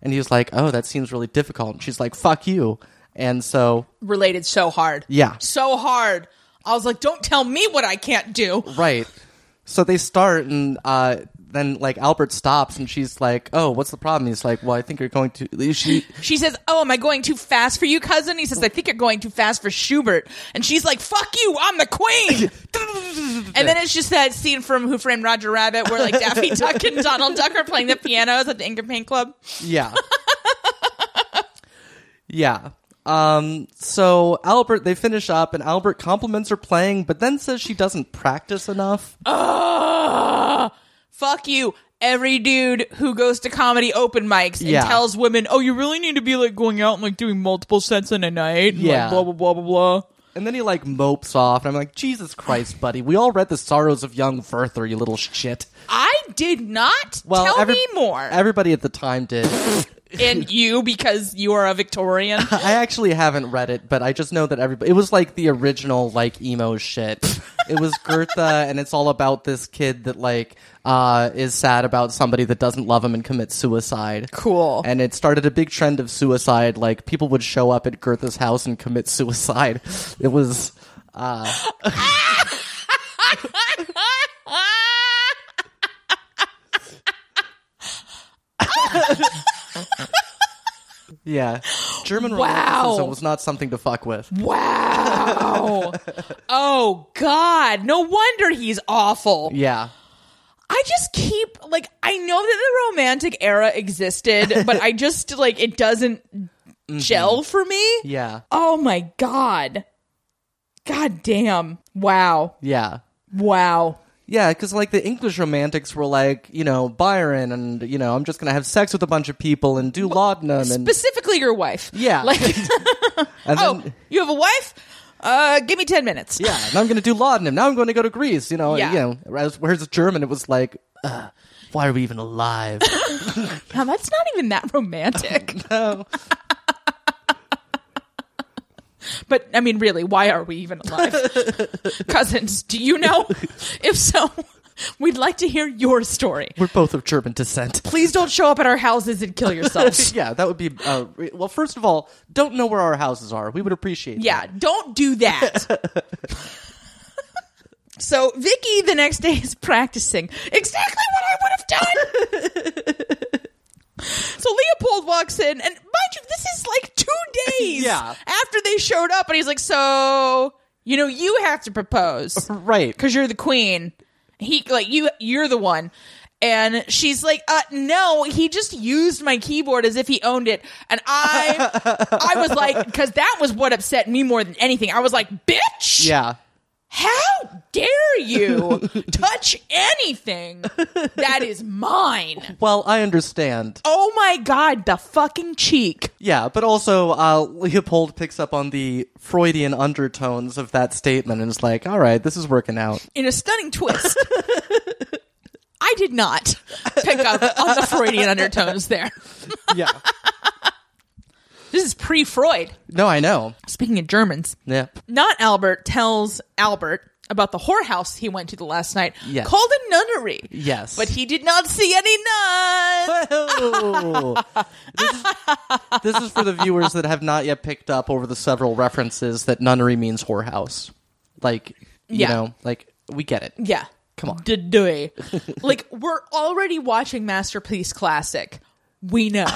[SPEAKER 1] and he's like, "Oh, that seems really difficult." And she's like, "Fuck you." And so,
[SPEAKER 2] related so hard.
[SPEAKER 1] Yeah.
[SPEAKER 2] So hard. I was like, don't tell me what I can't do.
[SPEAKER 1] right, so they start, and uh, then like Albert stops, and she's like, "Oh, what's the problem?" He's like, "Well, I think you're going to." She
[SPEAKER 2] She says, Oh, am I going too fast for you, cousin? He says, I think you're going too fast for Schubert. And she's like, Fuck you, I'm the queen. and then it's just that scene from Who Framed Roger Rabbit where like Daffy Duck and Donald Duck are playing the pianos at the Ingram Paint Club.
[SPEAKER 1] Yeah. yeah. Um, so Albert, they finish up, and Albert compliments her playing, but then says she doesn't practice enough.
[SPEAKER 2] Ugh. Fuck you. Every dude who goes to comedy open mics and
[SPEAKER 1] Yeah.
[SPEAKER 2] tells women, "Oh, you really need to be like going out and like doing multiple sets in a night." And,
[SPEAKER 1] Yeah.
[SPEAKER 2] like, blah blah blah blah blah.
[SPEAKER 1] And then he like mopes off, and I'm like, Jesus Christ, buddy! We all read the sorrows of young Werther, you little shit.
[SPEAKER 2] I did not.
[SPEAKER 1] Well,
[SPEAKER 2] Tell
[SPEAKER 1] every-
[SPEAKER 2] me more.
[SPEAKER 1] Everybody at the time did.
[SPEAKER 2] and you, because you are a Victorian.
[SPEAKER 1] I actually haven't read it, but I just know that everybody. It was like the original like emo shit. it was Goethe, and it's all about this kid that like uh, is sad about somebody that doesn't love him and commits suicide.
[SPEAKER 2] Cool.
[SPEAKER 1] And it started a big trend of suicide. Like people would show up at Goethe's house and commit suicide. It was. Uh, yeah, German romanticism was not something to fuck with.
[SPEAKER 2] wow. Oh God. No wonder he's awful.
[SPEAKER 1] Yeah,
[SPEAKER 2] I just keep like I know that the romantic era existed, but I just like it doesn't
[SPEAKER 1] Mm-hmm.
[SPEAKER 2] gel for me.
[SPEAKER 1] yeah,
[SPEAKER 2] Oh my God. God damn. Wow.
[SPEAKER 1] yeah.
[SPEAKER 2] Wow.
[SPEAKER 1] Yeah, because like the English romantics were like, you know, Byron, and you know, I'm just gonna have sex with a bunch of people and do laudanum, and
[SPEAKER 2] Specifically your wife.
[SPEAKER 1] yeah,
[SPEAKER 2] Like
[SPEAKER 1] and
[SPEAKER 2] Oh,
[SPEAKER 1] then
[SPEAKER 2] you have a wife? uh, give me 10 minutes.
[SPEAKER 1] Yeah, now I'm going to do laudanum. Now I'm going to go to Greece. You know,
[SPEAKER 2] Yeah.
[SPEAKER 1] you know. Whereas, whereas German, it was like, uh, why are we even alive?
[SPEAKER 2] Now, that's not even that romantic.
[SPEAKER 1] No.
[SPEAKER 2] But I mean, really, why are we even alive? Cousins, do you know? If so, we'd like to hear your story.
[SPEAKER 1] We're both of German descent.
[SPEAKER 2] Please don't show up at our houses and kill yourselves.
[SPEAKER 1] yeah, that would be. Uh, re- well, first of all, don't know where our houses are. We would appreciate.
[SPEAKER 2] yeah, don't do that. so Vicky the next day is practicing exactly what I would have done. So Leopold walks in, and mind you, this is like two days
[SPEAKER 1] Yeah.
[SPEAKER 2] after they showed up, and he's like, "So you know, you have to propose."
[SPEAKER 1] that. Right.
[SPEAKER 2] because you're the queen. He like you you're the one. And she's like, uh, no, he just used my keyboard as if he owned it. And I, I was like, because that was what upset me more than anything. I was like, bitch,
[SPEAKER 1] Yeah.
[SPEAKER 2] how dare you touch anything that is mine?
[SPEAKER 1] Well, I understand.
[SPEAKER 2] Oh my God, the fucking cheek.
[SPEAKER 1] Yeah, but also uh, Leopold picks up on the Freudian undertones of that statement and is like, "All right, this is working out."
[SPEAKER 2] in a stunning twist. I did not pick up on the Freudian undertones there.
[SPEAKER 1] Yeah.
[SPEAKER 2] This is pre Freud.
[SPEAKER 1] no, I know.
[SPEAKER 2] Speaking of Germans,
[SPEAKER 1] Yeah.
[SPEAKER 2] not Albert tells Albert about the whorehouse he went to the last night
[SPEAKER 1] Yes.
[SPEAKER 2] called a nunnery.
[SPEAKER 1] Yes.
[SPEAKER 2] But he did not see any nuns.
[SPEAKER 1] Oh. this, is, this is for the viewers that have not yet picked up over the several references that nunnery means whorehouse. Like, you
[SPEAKER 2] Yeah.
[SPEAKER 1] know, like we get it.
[SPEAKER 2] Yeah.
[SPEAKER 1] Come on.
[SPEAKER 2] Did like we're already watching Masterpiece Classic. We know.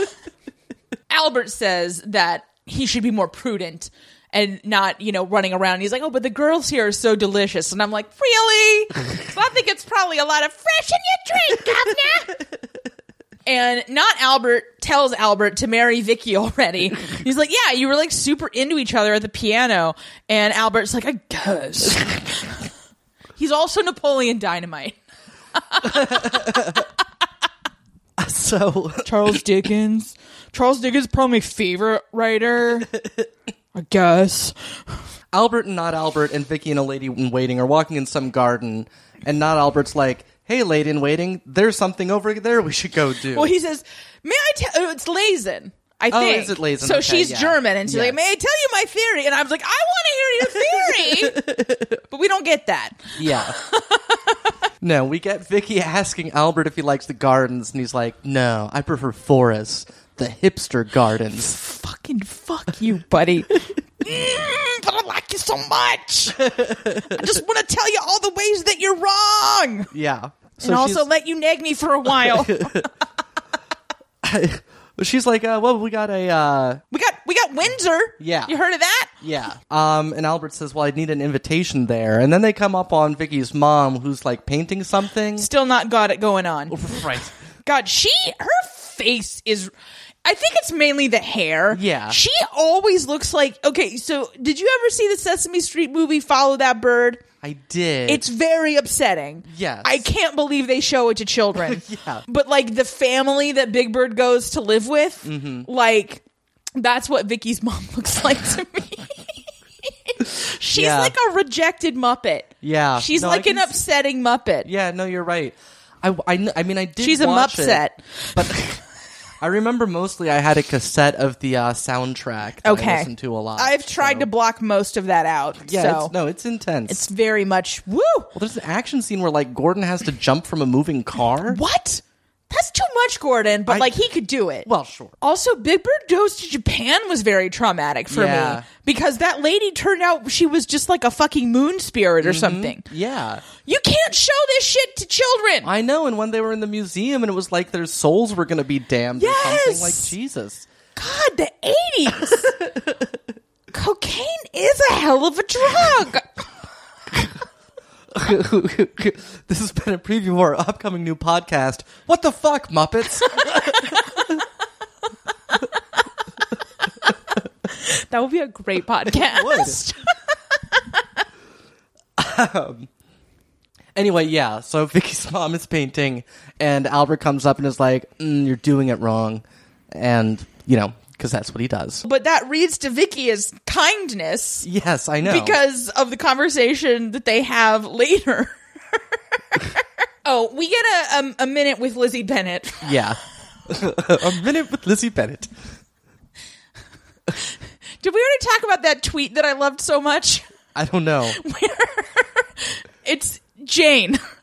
[SPEAKER 2] Albert says that he should be more prudent and not, you know, running around. He's like, "Oh, but the girls here are so delicious." And I'm like, "Really?" so I think it's probably a lot of fresh in your drink, governor. And not Albert tells Albert to marry Vicky already. He's like, "Yeah, you were like super into each other at the piano." And Albert's like, "I guess." He's also Napoleon Dynamite.
[SPEAKER 1] So,
[SPEAKER 2] Charles Dickens. Charles Dickens, probably my favorite writer. I guess.
[SPEAKER 1] Albert and not Albert and Vicky and a lady in waiting are walking in some garden, and not Albert's like, "Hey, lady in waiting, there's something over there we should go do."
[SPEAKER 2] Well, he says, "May I tell?" Oh, it's Lazen. I
[SPEAKER 1] Oh,
[SPEAKER 2] think.
[SPEAKER 1] is it Lazen?
[SPEAKER 2] So
[SPEAKER 1] Okay,
[SPEAKER 2] she's
[SPEAKER 1] yeah.
[SPEAKER 2] German, and she's
[SPEAKER 1] Yes.
[SPEAKER 2] like, "May I tell you my theory?" And I was like, "I want to hear your theory," but we don't get that.
[SPEAKER 1] yeah. no, we get Vicky asking Albert if he likes the gardens, and he's like, "No, I prefer forests, the hipster gardens."
[SPEAKER 2] Fucking fuck you, buddy. Mm, but I like you so much. I just want to tell you all the ways that you're wrong,
[SPEAKER 1] Yeah. So
[SPEAKER 2] and also
[SPEAKER 1] she's-
[SPEAKER 2] let you nag me for a while.
[SPEAKER 1] She's like, uh, well, we got a, uh,
[SPEAKER 2] We got we got Windsor.
[SPEAKER 1] Yeah.
[SPEAKER 2] You heard of that?
[SPEAKER 1] yeah. Um, and Albert says, well, I'd need an invitation there. And then they come up on Vicky's mom, who's like painting something.
[SPEAKER 2] Still not got it going on.
[SPEAKER 1] Right.
[SPEAKER 2] God, she her face is I think it's mainly the hair.
[SPEAKER 1] Yeah.
[SPEAKER 2] She always looks like okay, so did you ever see the Sesame Street movie Follow That Bird?
[SPEAKER 1] I did.
[SPEAKER 2] It's very upsetting.
[SPEAKER 1] Yes.
[SPEAKER 2] I can't believe they show it to children.
[SPEAKER 1] Yeah.
[SPEAKER 2] But like the family that Big Bird goes to live with,
[SPEAKER 1] Mm-hmm.
[SPEAKER 2] like that's what Vicky's mom looks like to me. She's
[SPEAKER 1] Yeah.
[SPEAKER 2] like a rejected Muppet.
[SPEAKER 1] Yeah.
[SPEAKER 2] She's
[SPEAKER 1] No, I
[SPEAKER 2] like
[SPEAKER 1] can
[SPEAKER 2] an
[SPEAKER 1] s-
[SPEAKER 2] upsetting Muppet.
[SPEAKER 1] Yeah, no, you're right. I, I, kn- I mean, I did.
[SPEAKER 2] She's a
[SPEAKER 1] watch it,
[SPEAKER 2] Mupset.
[SPEAKER 1] but I remember mostly I had a cassette of the uh, soundtrack. That I
[SPEAKER 2] Okay.
[SPEAKER 1] listened to a lot.
[SPEAKER 2] I've tried
[SPEAKER 1] so-
[SPEAKER 2] to block most of that out.
[SPEAKER 1] Yeah,
[SPEAKER 2] so
[SPEAKER 1] it's, no, it's intense.
[SPEAKER 2] it's very much woo.
[SPEAKER 1] well, there's an action scene where like Gordon has to jump from a moving car.
[SPEAKER 2] What? That's too much, Gordon. But
[SPEAKER 1] I-
[SPEAKER 2] like he could do it.
[SPEAKER 1] Well, sure.
[SPEAKER 2] Also, Big Bird Goes to Japan was very traumatic for
[SPEAKER 1] Yeah.
[SPEAKER 2] me because that lady turned out she was just like a fucking moon spirit or
[SPEAKER 1] Mm-hmm.
[SPEAKER 2] something.
[SPEAKER 1] Yeah,
[SPEAKER 2] You can't show this shit to children.
[SPEAKER 1] I know. And when they were in the museum, and it was like their souls were going to be damned or
[SPEAKER 2] Yes!
[SPEAKER 1] something. Like Jesus.
[SPEAKER 2] God, the eighties. Cocaine is a hell of a drug.
[SPEAKER 1] this has been a preview of our upcoming new podcast. What the fuck, Muppets?
[SPEAKER 2] that would be a great podcast.
[SPEAKER 1] Anyway, yeah. So Vicky's mom is painting, and Albert comes up and is like, mm, "You're doing it wrong," and you know because that's what he does.
[SPEAKER 2] But that reads to Vicky as kindness
[SPEAKER 1] Yes, I know.
[SPEAKER 2] because of the conversation that they have later. oh, we get a, um, a minute with Lizzie Bennett.
[SPEAKER 1] yeah, a minute with Lizzie Bennett.
[SPEAKER 2] Did we already talk about that tweet that I loved so much?
[SPEAKER 1] I don't know.
[SPEAKER 2] It's Jane. "Mm,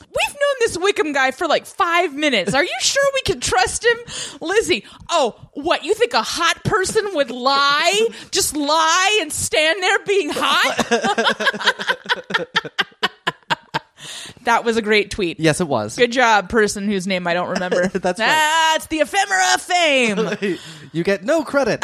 [SPEAKER 2] We've known this Wickham guy for like five minutes. Are you sure we can trust him? Lizzie, oh, what? You think a hot person would lie? Just lie and stand there being hot? that was a great tweet.
[SPEAKER 1] Yes, it was.
[SPEAKER 2] Good job, person whose name I don't remember.
[SPEAKER 1] That's right.
[SPEAKER 2] That's the ephemera of fame.
[SPEAKER 1] You get no credit.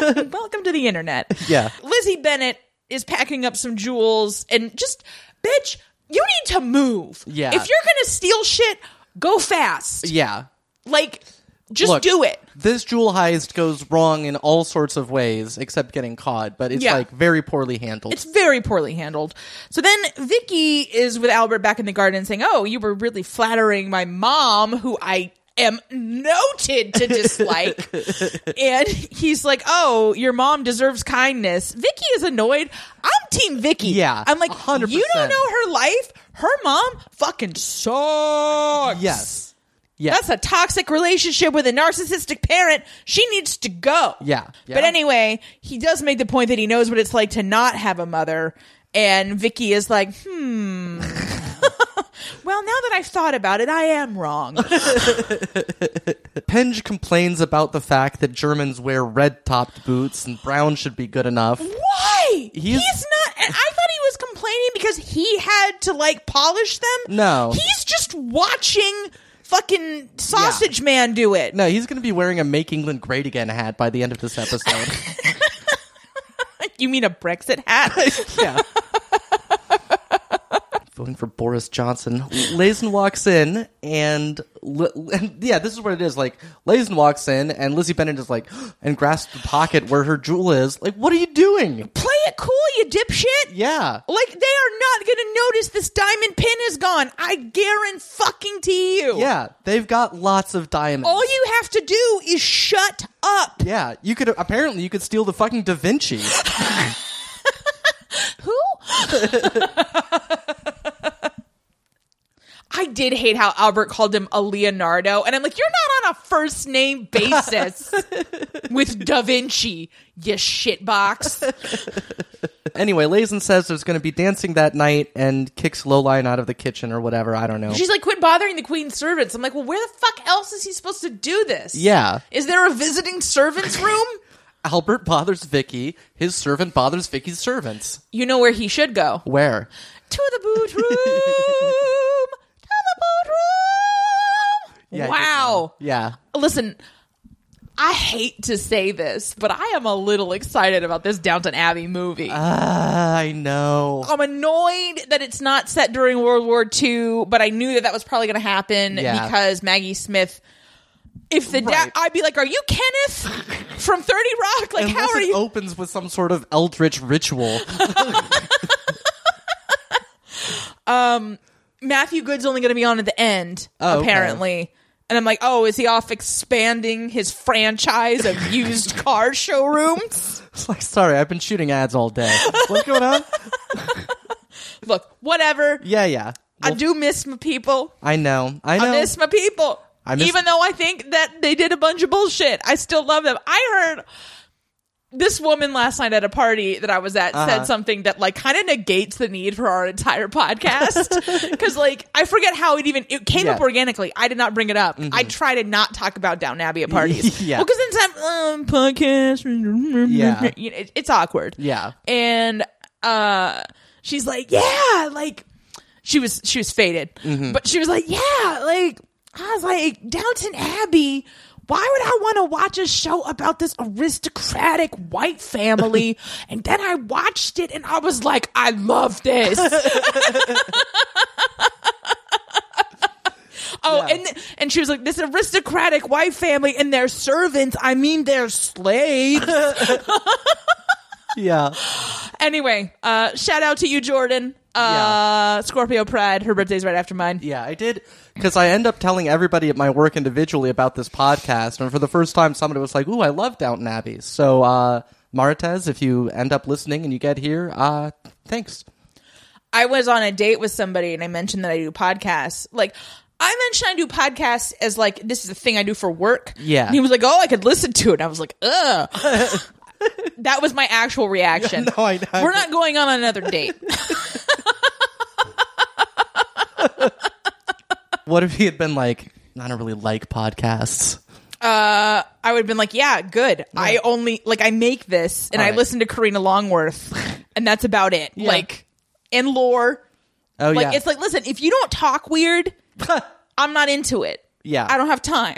[SPEAKER 2] Welcome to the internet.
[SPEAKER 1] Yeah.
[SPEAKER 2] Lizzie Bennett is packing up some jewels and just, bitch, you need to move.
[SPEAKER 1] Yeah.
[SPEAKER 2] If you're going to steal shit, go fast.
[SPEAKER 1] Yeah.
[SPEAKER 2] Like, just
[SPEAKER 1] Look,
[SPEAKER 2] do it.
[SPEAKER 1] This jewel heist goes wrong in all sorts of ways, except getting caught, but it's
[SPEAKER 2] Yeah.
[SPEAKER 1] like very poorly handled.
[SPEAKER 2] It's very poorly handled. So then Vicky is with Albert back in the garden saying, Oh, you were really flattering my mom, who I am noted to dislike. and he's like, Oh, your mom deserves kindness. Vicky is annoyed. I'm Team Vicky.
[SPEAKER 1] Yeah,
[SPEAKER 2] I'm like,
[SPEAKER 1] 100%.
[SPEAKER 2] You don't know her life. Her mom fucking sucks.
[SPEAKER 1] yes. Yes.
[SPEAKER 2] That's a toxic relationship with a narcissistic parent. She needs to go.
[SPEAKER 1] Yeah. Yeah.
[SPEAKER 2] But anyway, he does make the point that he knows what it's like to not have a mother. And Vicky is like, hmm. well, now that I've thought about it, I am wrong.
[SPEAKER 1] Penge complains about the fact that Germans wear red topped boots and brown should be good enough.
[SPEAKER 2] Why? He's,
[SPEAKER 1] He's-
[SPEAKER 2] not. And I thought he was complaining because he had to like polish them.
[SPEAKER 1] No.
[SPEAKER 2] He's just watching fucking Sausage Man do it.
[SPEAKER 1] No, he's going to be wearing a Make England Great Again hat by the end of this episode.
[SPEAKER 2] You mean a Brexit hat?
[SPEAKER 1] yeah. Voting for Boris Johnson. Lazen walks in, and, li- and yeah, this is what it is. Like, Lazen walks in, and Lizzie Bennett is like, and grasps the pocket where her jewel is. Like, what are you doing?
[SPEAKER 2] Play it cool, you dipshit.
[SPEAKER 1] Yeah.
[SPEAKER 2] Like they are not going to notice this diamond pin is gone. I guarantee fucking to you.
[SPEAKER 1] Yeah. They've got lots of diamonds.
[SPEAKER 2] All you have to do is shut up.
[SPEAKER 1] yeah. You could, apparently, you could steal the fucking Da Vinci.
[SPEAKER 2] Who? I did hate how Albert called him a Leonardo, and I'm like, you're not on a first name basis with Da Vinci, you shitbox.
[SPEAKER 1] Anyway, Lazen says there's going to be dancing that night and kicks Lowline out of the kitchen or whatever. I don't know.
[SPEAKER 2] She's like, quit bothering the queen's servants. I'm like, well, where the fuck else is he supposed to do this?
[SPEAKER 1] Yeah.
[SPEAKER 2] Is there a visiting servants room?
[SPEAKER 1] Albert bothers Vicky. His servant bothers Vicky's servants.
[SPEAKER 2] You know where he should go.
[SPEAKER 1] Where?
[SPEAKER 2] To the boot room. to the boot room.
[SPEAKER 1] Yeah, I did
[SPEAKER 2] wow.
[SPEAKER 1] Yeah.
[SPEAKER 2] Listen, I hate to say this, but I am a little excited about this Downton Abbey movie.
[SPEAKER 1] Uh-huh. Uh, I know.
[SPEAKER 2] I'm annoyed that it's not set during World War II, but I knew that that was probably going to happen
[SPEAKER 1] Yeah.
[SPEAKER 2] because Maggie Smith. If the da-
[SPEAKER 1] Right.
[SPEAKER 2] I'd be like, "Are you Kenneth from Thirty Rock? Like,
[SPEAKER 1] Unless
[SPEAKER 2] how are
[SPEAKER 1] it
[SPEAKER 2] you?"
[SPEAKER 1] opens with some sort of eldritch ritual.
[SPEAKER 2] Matthew Good's only going to be on at the end,
[SPEAKER 1] Oh, okay.
[SPEAKER 2] apparently. And I'm like, oh, is he off expanding his franchise of used car showrooms?
[SPEAKER 1] it's like, sorry, I've been shooting ads all day. What's going on?
[SPEAKER 2] Look, whatever.
[SPEAKER 1] Yeah, yeah.
[SPEAKER 2] I do miss my people.
[SPEAKER 1] I know. I know.
[SPEAKER 2] I miss my people.
[SPEAKER 1] I miss-
[SPEAKER 2] Even though I think that they did a bunch of bullshit, I still love them. I heard this woman last night at a party that I was at
[SPEAKER 1] Uh-huh.
[SPEAKER 2] said something that like kind of negates the need for our entire podcast because like I forget how it even it came
[SPEAKER 1] Yeah. Mm-hmm.
[SPEAKER 2] up organically. I did not bring it up. I try to not talk about Down Abbey at parties.
[SPEAKER 1] Yeah.
[SPEAKER 2] because then it's um, podcast.
[SPEAKER 1] Yeah.
[SPEAKER 2] You know, it- it's awkward
[SPEAKER 1] yeah.
[SPEAKER 2] and uh she's like yeah like she was she was faded but she was like yeah like i was like downton abbey why would i want to watch a show about this aristocratic white family and then i watched it and i was like i love this Oh,
[SPEAKER 1] Yeah.
[SPEAKER 2] and and she was like this aristocratic white family and their servants. I mean, their slaves.
[SPEAKER 1] Yeah.
[SPEAKER 2] Anyway, uh, shout out to you, Jordan. Uh, Scorpio Pride. Her birthday's right after mine.
[SPEAKER 1] Yeah, I did because I end up telling everybody at my work individually about this podcast. And for the first time, somebody was like, Ooh, I love Downton Abbey. So, uh, Martez, if you end up listening and you get here, uh, thanks.
[SPEAKER 2] I was on a date with somebody and I mentioned that I do podcasts. Like, I mentioned I do podcasts as like this is a thing I do for work.
[SPEAKER 1] Yeah.
[SPEAKER 2] And he was like, "Oh, I could listen to it." And I was like, "Ugh." that was my actual reaction.
[SPEAKER 1] No, I- I-
[SPEAKER 2] We're not going on another date.
[SPEAKER 1] What if he had been like, I don't really like podcasts?
[SPEAKER 2] I would have been like, "Yeah, good. I only like I make this and
[SPEAKER 1] All
[SPEAKER 2] I
[SPEAKER 1] right.
[SPEAKER 2] listen to Karina Longworth, and that's about it. Like, and lore.
[SPEAKER 1] Oh, yeah.
[SPEAKER 2] Like, it's like, listen, if you don't talk weird, I'm not into it.
[SPEAKER 1] yeah.
[SPEAKER 2] I don't have time.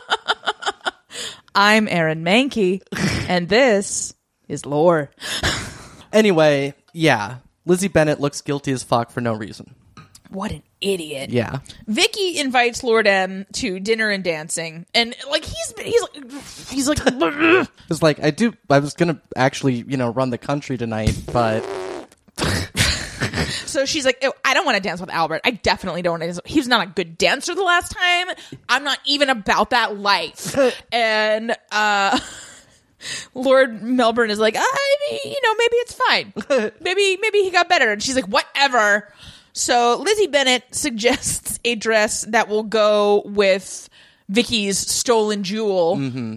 [SPEAKER 2] I'm Aaron Mankey, and this is lore.
[SPEAKER 1] Anyway, yeah. Lizzie Bennett looks guilty as fuck for no reason.
[SPEAKER 2] What an idiot.
[SPEAKER 1] Yeah.
[SPEAKER 2] Vicky invites Lord M to dinner and dancing, and like he's he's like he's like "Bleh."
[SPEAKER 1] It's like, I do, I was going to actually, you know, run the country tonight, but
[SPEAKER 2] so she's like, "Ew, I don't want to dance with Albert. I definitely don't want to dance. He was not a good dancer the last time. I'm not even about that life. and uh Lord Melbourne is like, I mean, you know, maybe it's fine. maybe maybe he got better. And she's like, whatever. So Lizzie Bennett suggests a dress that will go with Vicky's stolen jewel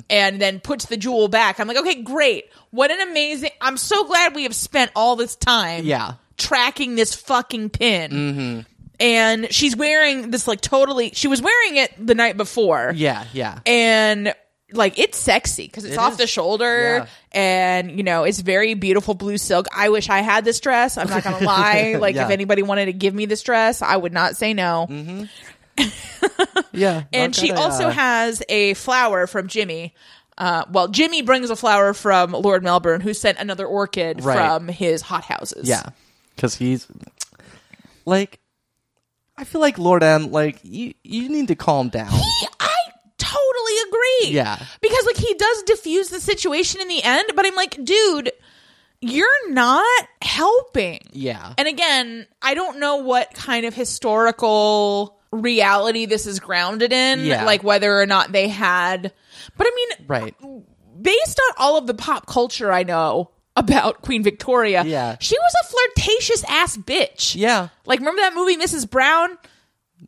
[SPEAKER 2] and then puts the jewel back. I'm like, okay, great. What an amazing I'm so glad we have spent all this time
[SPEAKER 1] Yeah.
[SPEAKER 2] tracking this fucking pin.
[SPEAKER 1] Mm-hmm.
[SPEAKER 2] And she's wearing this like totally she was wearing it the night before
[SPEAKER 1] yeah, yeah.
[SPEAKER 2] and like it's sexy because it's
[SPEAKER 1] It
[SPEAKER 2] off
[SPEAKER 1] is.
[SPEAKER 2] the shoulder and you know it's very beautiful blue silk i wish i had this dress i'm not gonna lie like
[SPEAKER 1] Yeah.
[SPEAKER 2] if anybody wanted to give me this dress i would not say no
[SPEAKER 1] Yeah.
[SPEAKER 2] and
[SPEAKER 1] Mm-hmm. not
[SPEAKER 2] she
[SPEAKER 1] gonna,
[SPEAKER 2] also
[SPEAKER 1] uh,
[SPEAKER 2] has a flower from jimmy uh, well jimmy brings a flower from lord melbourne who sent another orchid
[SPEAKER 1] Right.
[SPEAKER 2] from his hothouses
[SPEAKER 1] Yeah. Because he's like, I feel like Lord M, like, you, you need to calm down.
[SPEAKER 2] He- E, I totally agree.
[SPEAKER 1] Yeah.
[SPEAKER 2] Because like he does diffuse the situation in the end, but I'm like, dude, you're not helping.
[SPEAKER 1] Yeah.
[SPEAKER 2] And again, I don't know what kind of historical reality this is grounded in,
[SPEAKER 1] Yeah.
[SPEAKER 2] like whether or not they had But I mean,
[SPEAKER 1] right.
[SPEAKER 2] based on all of the pop culture I know about Queen Victoria,
[SPEAKER 1] Yeah.
[SPEAKER 2] she was a flirtatious ass bitch.
[SPEAKER 1] Yeah.
[SPEAKER 2] Like, remember that movie, Mrs. Brown?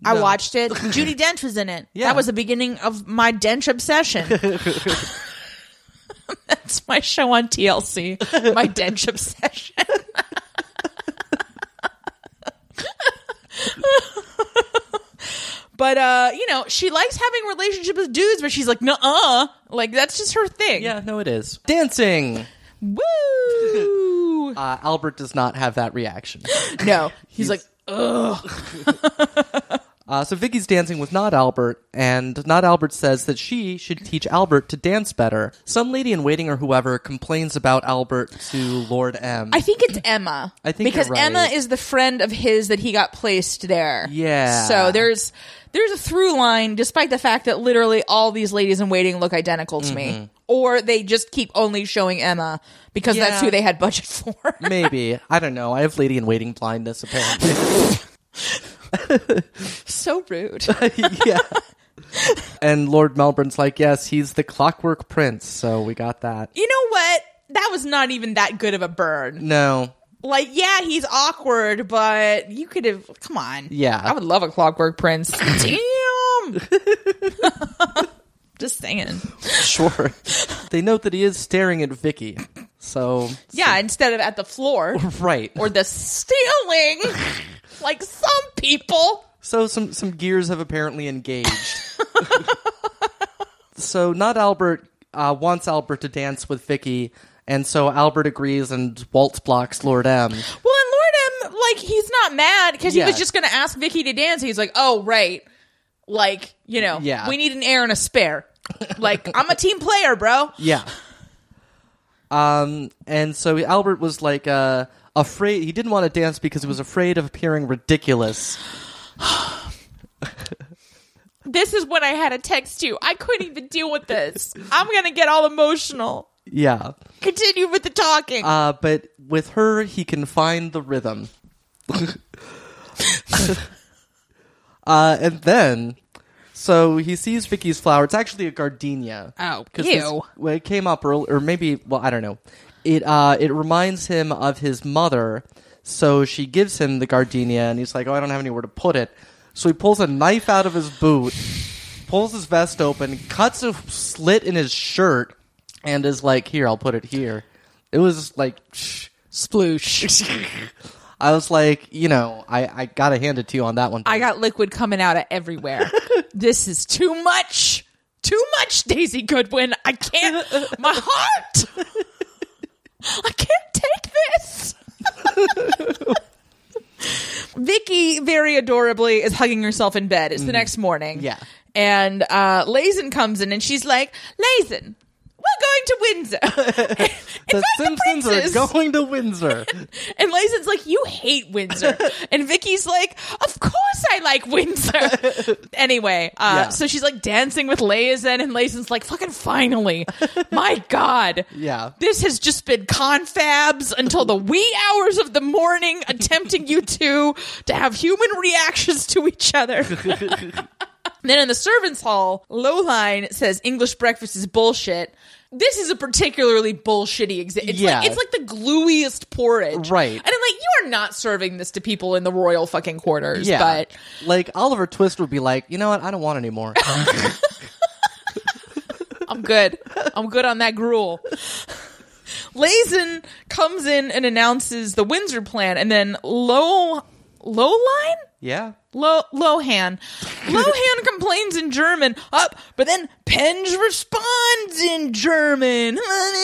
[SPEAKER 2] I
[SPEAKER 1] No.
[SPEAKER 2] watched it. Judy Dench was in it.
[SPEAKER 1] Yeah.
[SPEAKER 2] That was the beginning of my Dench obsession. That's my show on TLC, my Dench obsession. but uh, you know, she likes having relationships with dudes, but she's like, "Nuh-uh." Like that's just her thing.
[SPEAKER 1] Yeah, no, it is. Dancing!
[SPEAKER 2] Woo!
[SPEAKER 1] Uh, Albert does not have that reaction.
[SPEAKER 2] no. He's, like, "Ugh."
[SPEAKER 1] Uh, so Vicky's dancing with Not Albert, and Not Albert says that she should teach Albert to dance better. Some lady in waiting or whoever complains about Albert to Lord M.
[SPEAKER 2] I think it's Emma.
[SPEAKER 1] I think
[SPEAKER 2] because
[SPEAKER 1] you're right.
[SPEAKER 2] Emma is the friend of his that he got placed there.
[SPEAKER 1] Yeah.
[SPEAKER 2] So there's there's a through line, despite the fact that literally all these ladies in waiting look identical to
[SPEAKER 1] Mm-hmm.
[SPEAKER 2] me, or they just keep only showing Emma because
[SPEAKER 1] Yeah.
[SPEAKER 2] that's who they had budget for.
[SPEAKER 1] Maybe I don't know. I have lady in waiting blindness apparently.
[SPEAKER 2] so rude.
[SPEAKER 1] yeah. And Lord Melbourne's like, yes, he's the Clockwork Prince, so we got that.
[SPEAKER 2] you know what? That was not even that good of a burn.
[SPEAKER 1] No,
[SPEAKER 2] Like, yeah, he's awkward, but you could have. Come on.
[SPEAKER 1] Yeah.
[SPEAKER 2] I would love a Clockwork Prince. Damn. just saying.
[SPEAKER 1] sure. they note that he is staring at Vicky. So
[SPEAKER 2] Yeah, instead of at the floor
[SPEAKER 1] right.
[SPEAKER 2] or the ceiling, like some people.
[SPEAKER 1] So some some gears have apparently engaged. so not Albert uh, wants Albert to dance with Vicky, and so Albert agrees and waltz blocks Lord M.
[SPEAKER 2] Well, and Lord M, like, he's not mad because
[SPEAKER 1] Yeah.
[SPEAKER 2] he was just going to ask Vicky to dance. He's like, oh, right. Like, you know,
[SPEAKER 1] Yeah.
[SPEAKER 2] we need an air and a spare. like, I'm a team player, bro.
[SPEAKER 1] Yeah. Um, and so Albert was like uh, afraid. He didn't want to dance because he was afraid of appearing ridiculous.
[SPEAKER 2] This is what I had to text you. I couldn't even deal with this. I'm going to get all emotional.
[SPEAKER 1] Yeah.
[SPEAKER 2] Continue with the talking.
[SPEAKER 1] Uh, but with her, he can find the rhythm. Uh, and then, so he sees Vicky's flower. It's actually a gardenia.
[SPEAKER 2] Oh,
[SPEAKER 1] this-
[SPEAKER 2] ew.
[SPEAKER 1] well, it came up early, or maybe well, I don't know. It uh, it reminds him of his mother, so she gives him the gardenia, and he's like, "Oh, I don't have anywhere to put it." So he pulls a knife out of his boot, pulls his vest open, cuts a slit in his shirt, and is like, "Here, I'll put it here." It was like, shh.
[SPEAKER 2] Sploosh.
[SPEAKER 1] I was like, you know, I I gotta hand it to you on that one.
[SPEAKER 2] I got liquid coming out of everywhere. this is too much. Too much, Daisy Goodwin. I can't. My heart. I can't take this. Vicky very adorably is hugging herself in bed. It's the next morning.
[SPEAKER 1] Yeah.
[SPEAKER 2] And uh Lazen comes in and she's like, Lazen, we're going to Windsor.
[SPEAKER 1] the
[SPEAKER 2] like the
[SPEAKER 1] Simpsons
[SPEAKER 2] princess.
[SPEAKER 1] are going to Windsor.
[SPEAKER 2] and Lazen's like, You hate Windsor. and Vicky's like, Of course I like Windsor. anyway, uh,
[SPEAKER 1] Yeah.
[SPEAKER 2] so she's like dancing with Lazen, and Lazen's like, Fucking finally. My God.
[SPEAKER 1] Yeah.
[SPEAKER 2] This has just been confabs until the wee hours of the morning, attempting you two to have human reactions to each other. Then in the servants' hall, Lowline says English breakfast is bullshit. This is a particularly bullshitty example. It's,
[SPEAKER 1] Yeah.
[SPEAKER 2] like, it's like the glueiest porridge,
[SPEAKER 1] Right.
[SPEAKER 2] And I'm like, you are not serving this to people in the royal fucking quarters.
[SPEAKER 1] Yeah,
[SPEAKER 2] But
[SPEAKER 1] like Oliver Twist would be like, you know what? I don't want any more.
[SPEAKER 2] I'm good. I'm good on that gruel. Lazen comes in and announces the Windsor plan, and then Low Lowline.
[SPEAKER 1] yeah.
[SPEAKER 2] Lo- Lohan. Lohan complains in German, up, but then Penge responds in German.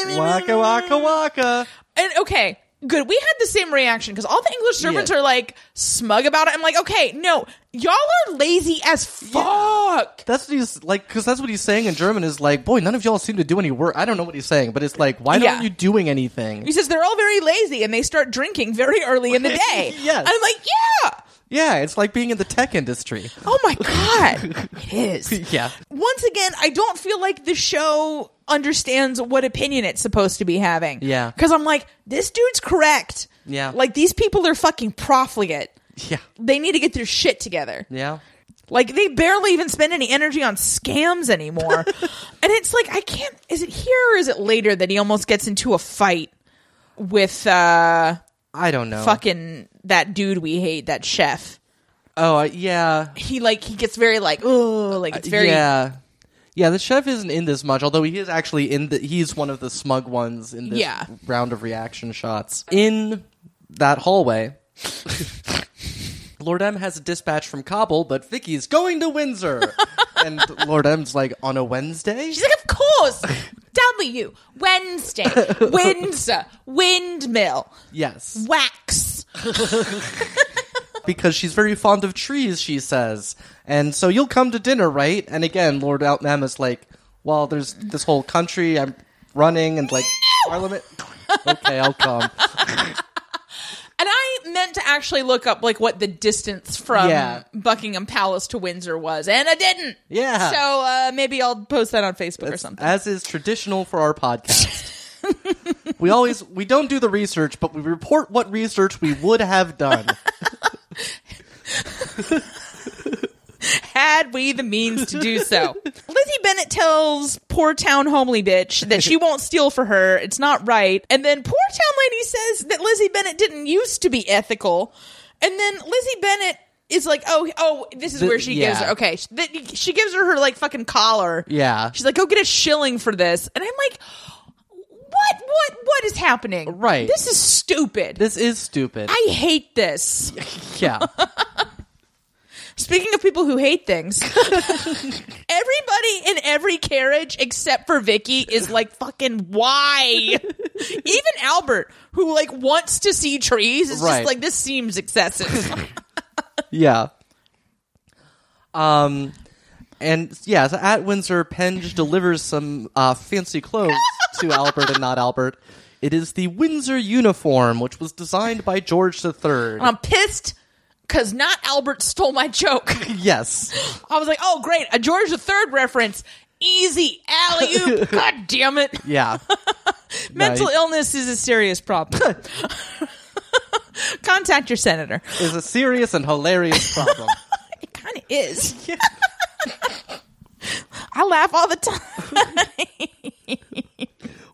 [SPEAKER 1] Waka waka waka.
[SPEAKER 2] And okay, good. We had the same reaction because all the English servants
[SPEAKER 1] Yeah.
[SPEAKER 2] are like smug about it. I'm like, okay, no, y'all are lazy as fuck.
[SPEAKER 1] That's what he's like, because that's what he's saying in German is like, boy, none of y'all seem to do any work. I don't know what he's saying, but it's like, why
[SPEAKER 2] Yeah.
[SPEAKER 1] aren't you doing anything?
[SPEAKER 2] He says they're all very lazy and they start drinking very early in the day.
[SPEAKER 1] Yes.
[SPEAKER 2] And I'm like, yeah.
[SPEAKER 1] Yeah, it's like being in the tech industry.
[SPEAKER 2] Oh my god, it is.
[SPEAKER 1] Yeah.
[SPEAKER 2] once again, I don't feel like the show understands what opinion it's supposed to be having.
[SPEAKER 1] Yeah.
[SPEAKER 2] Because I'm like, this dude's correct.
[SPEAKER 1] Yeah.
[SPEAKER 2] Like, these people are fucking profligate.
[SPEAKER 1] Yeah.
[SPEAKER 2] They need to get their shit together.
[SPEAKER 1] Yeah.
[SPEAKER 2] Like, they barely even spend any energy on scams anymore. and it's like, I can't. Is it here or is it later that he almost gets into a fight with uh
[SPEAKER 1] I don't know.
[SPEAKER 2] fucking that dude we hate, that chef?
[SPEAKER 1] Oh, uh, yeah.
[SPEAKER 2] He like he gets very like oh like it's very
[SPEAKER 1] Uh, Yeah. Yeah, the chef isn't in this much, although he is actually in the. He's one of the smug ones in this
[SPEAKER 2] Yeah.
[SPEAKER 1] round of reaction shots. In that hallway, Lord M has a dispatch from Kabul, but Vicky's going to Windsor. and Lord M's like, on a Wednesday?
[SPEAKER 2] She's like, of course. W Wednesday Windsor windmill
[SPEAKER 1] yes.
[SPEAKER 2] wax.
[SPEAKER 1] Because she's very fond of trees, she says. And so you'll come to dinner, right? And again, Lord M is like, well, there's this whole country I'm running and like, Parliament. Okay, I'll come.
[SPEAKER 2] And I meant to actually look up like what the distance from
[SPEAKER 1] Yeah.
[SPEAKER 2] Buckingham Palace to Windsor was, and I didn't.
[SPEAKER 1] Yeah.
[SPEAKER 2] So uh, maybe I'll post that on Facebook or something.
[SPEAKER 1] As is traditional for our podcast. we always we don't do the research, but we report what research we would have done.
[SPEAKER 2] Had we the means to do so, Lizzie Bennett tells poor town homely bitch that she won't steal for her. It's not right. And then poor town lady says that Lizzie Bennett didn't used to be ethical. And then Lizzie Bennett is like, oh, oh, this is
[SPEAKER 1] The-
[SPEAKER 2] where she gives
[SPEAKER 1] yeah.
[SPEAKER 2] her. Okay, Sh- that- she gives her her like fucking collar.
[SPEAKER 1] Yeah.
[SPEAKER 2] she's like, go get a shilling for this. And I'm like, what, what, what is happening?
[SPEAKER 1] Right.
[SPEAKER 2] This is stupid.
[SPEAKER 1] This is stupid.
[SPEAKER 2] I hate this.
[SPEAKER 1] yeah.
[SPEAKER 2] Speaking of people who hate things, everybody in every carriage except for Vicky is like fucking why? Even Albert, who like wants to see trees, is
[SPEAKER 1] Right.
[SPEAKER 2] just like this seems excessive.
[SPEAKER 1] Yeah. Um and yeah, so at Windsor, Penge delivers some uh, fancy clothes to Albert and not Albert. It is the Windsor uniform, which was designed by George III.
[SPEAKER 2] I'm pissed because not Albert stole my joke.
[SPEAKER 1] yes.
[SPEAKER 2] I was like, oh great, a George III reference. Easy alley oop. God damn it.
[SPEAKER 1] Yeah.
[SPEAKER 2] Mental
[SPEAKER 1] Right.
[SPEAKER 2] illness is a serious problem. Contact your senator.
[SPEAKER 1] It's a serious and hilarious problem.
[SPEAKER 2] It kind of it is. I laugh all the time.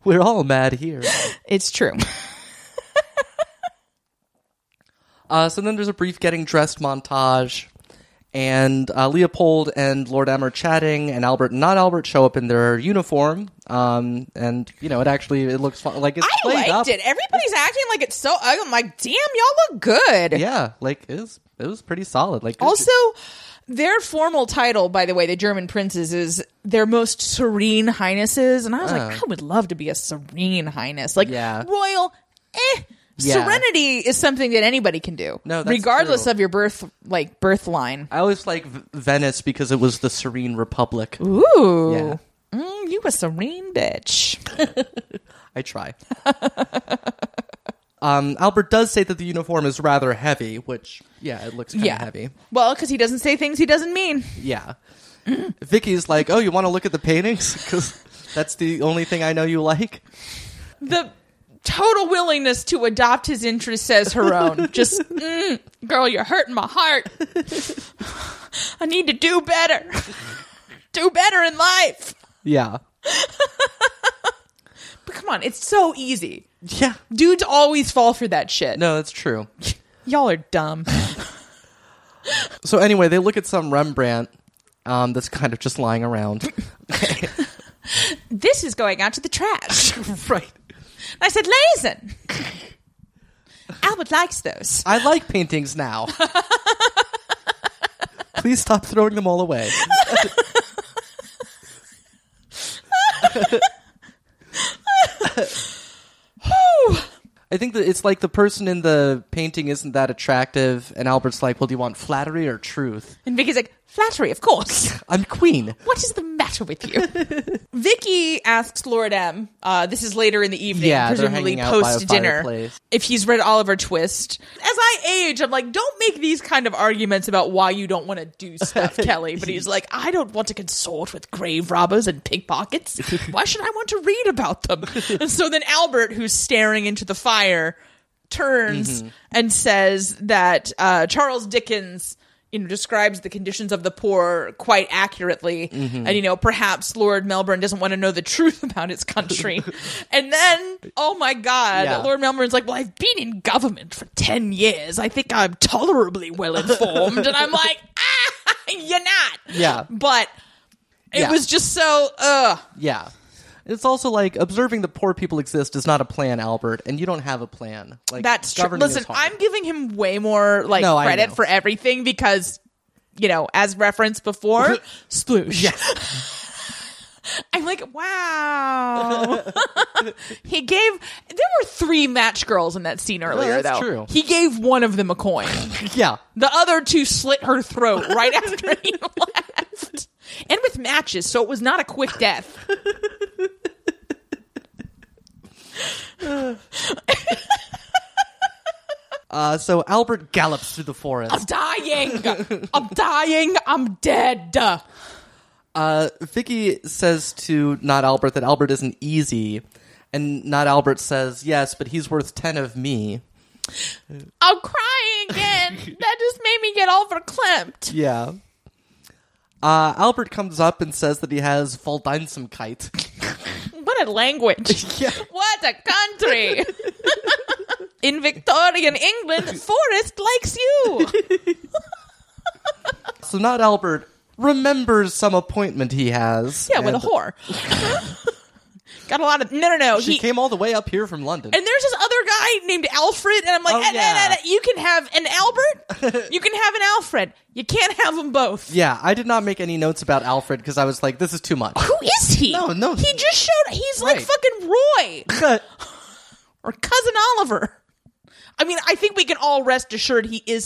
[SPEAKER 1] We're all mad here.
[SPEAKER 2] It's true.
[SPEAKER 1] Uh, so then there's a brief getting dressed montage, and uh, Leopold and Lord Em are chatting, and Albert and not Albert show up in their uniform, um, and you know it actually it looks fu- like it's
[SPEAKER 2] I
[SPEAKER 1] played
[SPEAKER 2] liked
[SPEAKER 1] up.
[SPEAKER 2] it. Everybody's acting like it's so ugly. I'm like, damn, y'all look good.
[SPEAKER 1] Yeah, like it was it was pretty solid. Like
[SPEAKER 2] Also, their formal title, by the way, the German princes, is their most serene highnesses. And I was like, I would love to be a serene highness. Like,
[SPEAKER 1] Uh. Yeah.
[SPEAKER 2] royal, eh.
[SPEAKER 1] Yeah.
[SPEAKER 2] Serenity is something that anybody can do,
[SPEAKER 1] No, that's
[SPEAKER 2] regardless
[SPEAKER 1] true.
[SPEAKER 2] of your birth, like birth line.
[SPEAKER 1] I always like v- Venice because it was the Serene Republic.
[SPEAKER 2] Ooh,
[SPEAKER 1] Yeah.
[SPEAKER 2] mm, you a serene bitch.
[SPEAKER 1] I try. um, Albert does say that the uniform is rather heavy, which yeah, it looks kind of
[SPEAKER 2] yeah,
[SPEAKER 1] heavy.
[SPEAKER 2] Well, because he doesn't say things he doesn't mean.
[SPEAKER 1] Yeah. Vicky's like, "Oh, you want to look at the paintings? Because that's the only thing I know you like."
[SPEAKER 2] the total willingness to adopt his interests as her own. Just, mm, girl, you're hurting my heart. I need to do better. do better in life.
[SPEAKER 1] Yeah.
[SPEAKER 2] But come on, it's so easy.
[SPEAKER 1] Yeah.
[SPEAKER 2] Dudes always fall for that shit.
[SPEAKER 1] No, that's true.
[SPEAKER 2] Y'all are dumb.
[SPEAKER 1] So anyway, they look at some Rembrandt um, that's kind of just lying around.
[SPEAKER 2] this is going out to the trash.
[SPEAKER 1] right.
[SPEAKER 2] I said, Lazen. Albert likes those.
[SPEAKER 1] I like paintings now. Please stop throwing them all away. I think that it's like the person in the painting isn't that attractive, and Albert's like, "Well, do you want flattery or truth?"
[SPEAKER 2] And Vicky's like, flattery, of course.
[SPEAKER 1] I'm queen.
[SPEAKER 2] What is the matter with you? Vicky asks Lord M. Uh, this is later in the evening,
[SPEAKER 1] Yeah, they're
[SPEAKER 2] presumably
[SPEAKER 1] hanging out by a
[SPEAKER 2] post dinner.
[SPEAKER 1] fireplace.
[SPEAKER 2] If he's read Oliver Twist, as I age, I'm like, don't make these kind of arguments about why you don't want to do stuff, Kelly. But he's like, I don't want to consort with grave robbers and pickpockets. Why should I want to read about them? And so then Albert, who's staring into the fire, turns and says that uh, Charles Dickens you know describes the conditions of the poor quite accurately and you know perhaps lord melbourne doesn't want to know the truth about his country and then oh my god
[SPEAKER 1] Yeah.
[SPEAKER 2] lord melbourne's like well i've been in government for 10 years i think i'm tolerably well informed and i'm like ah you're not
[SPEAKER 1] Yeah.
[SPEAKER 2] but it
[SPEAKER 1] Yeah.
[SPEAKER 2] was just so ugh
[SPEAKER 1] Yeah. It's also like observing that poor people exist is not a plan, Albert, and you don't have a plan. Like
[SPEAKER 2] That's true.
[SPEAKER 1] governing is
[SPEAKER 2] Listen,
[SPEAKER 1] hard.
[SPEAKER 2] I'm giving him way more like
[SPEAKER 1] No, I
[SPEAKER 2] credit
[SPEAKER 1] know.
[SPEAKER 2] for everything because, you know, as referenced before, sploosh. I'm like, wow. he gave. There were three match girls in that scene earlier,
[SPEAKER 1] that's
[SPEAKER 2] though.
[SPEAKER 1] true.
[SPEAKER 2] He gave one of them a coin.
[SPEAKER 1] yeah.
[SPEAKER 2] the other two slit her throat right after he left, and with matches, so it was not a quick death.
[SPEAKER 1] Uh, so Albert gallops through the forest.
[SPEAKER 2] I'm dying. I'm dying. I'm dead.
[SPEAKER 1] Uh, Vicky says to not Albert that Albert isn't easy, and not Albert says yes, but he's worth ten of me.
[SPEAKER 2] I'm crying again. that just made me get overclamped.
[SPEAKER 1] Yeah. Uh, Albert comes up and says that he has Voldeinsamkeit.
[SPEAKER 2] What a language.
[SPEAKER 1] yeah.
[SPEAKER 2] What a country. In Victorian England, Forrest likes you.
[SPEAKER 1] So not Albert remembers some appointment he has.
[SPEAKER 2] Yeah, with a
[SPEAKER 1] and
[SPEAKER 2] whore. Got a lot of. No, no, no.
[SPEAKER 1] She
[SPEAKER 2] He,
[SPEAKER 1] came all the way up here from London.
[SPEAKER 2] and there's this other guy named Alfred, and I'm like,
[SPEAKER 1] Oh,
[SPEAKER 2] eh, eh,
[SPEAKER 1] yeah.
[SPEAKER 2] eh, eh, you can have an Albert, you can have an Alfred. You can't have them both.
[SPEAKER 1] Yeah, I did not make any notes about Alfred because I was like, this is too much.
[SPEAKER 2] Who is he?
[SPEAKER 1] No, no.
[SPEAKER 2] He just showed. He's like
[SPEAKER 1] Right.
[SPEAKER 2] fucking Roy.
[SPEAKER 1] yeah,
[SPEAKER 2] or cousin Oliver. I mean, I think we can all rest assured he is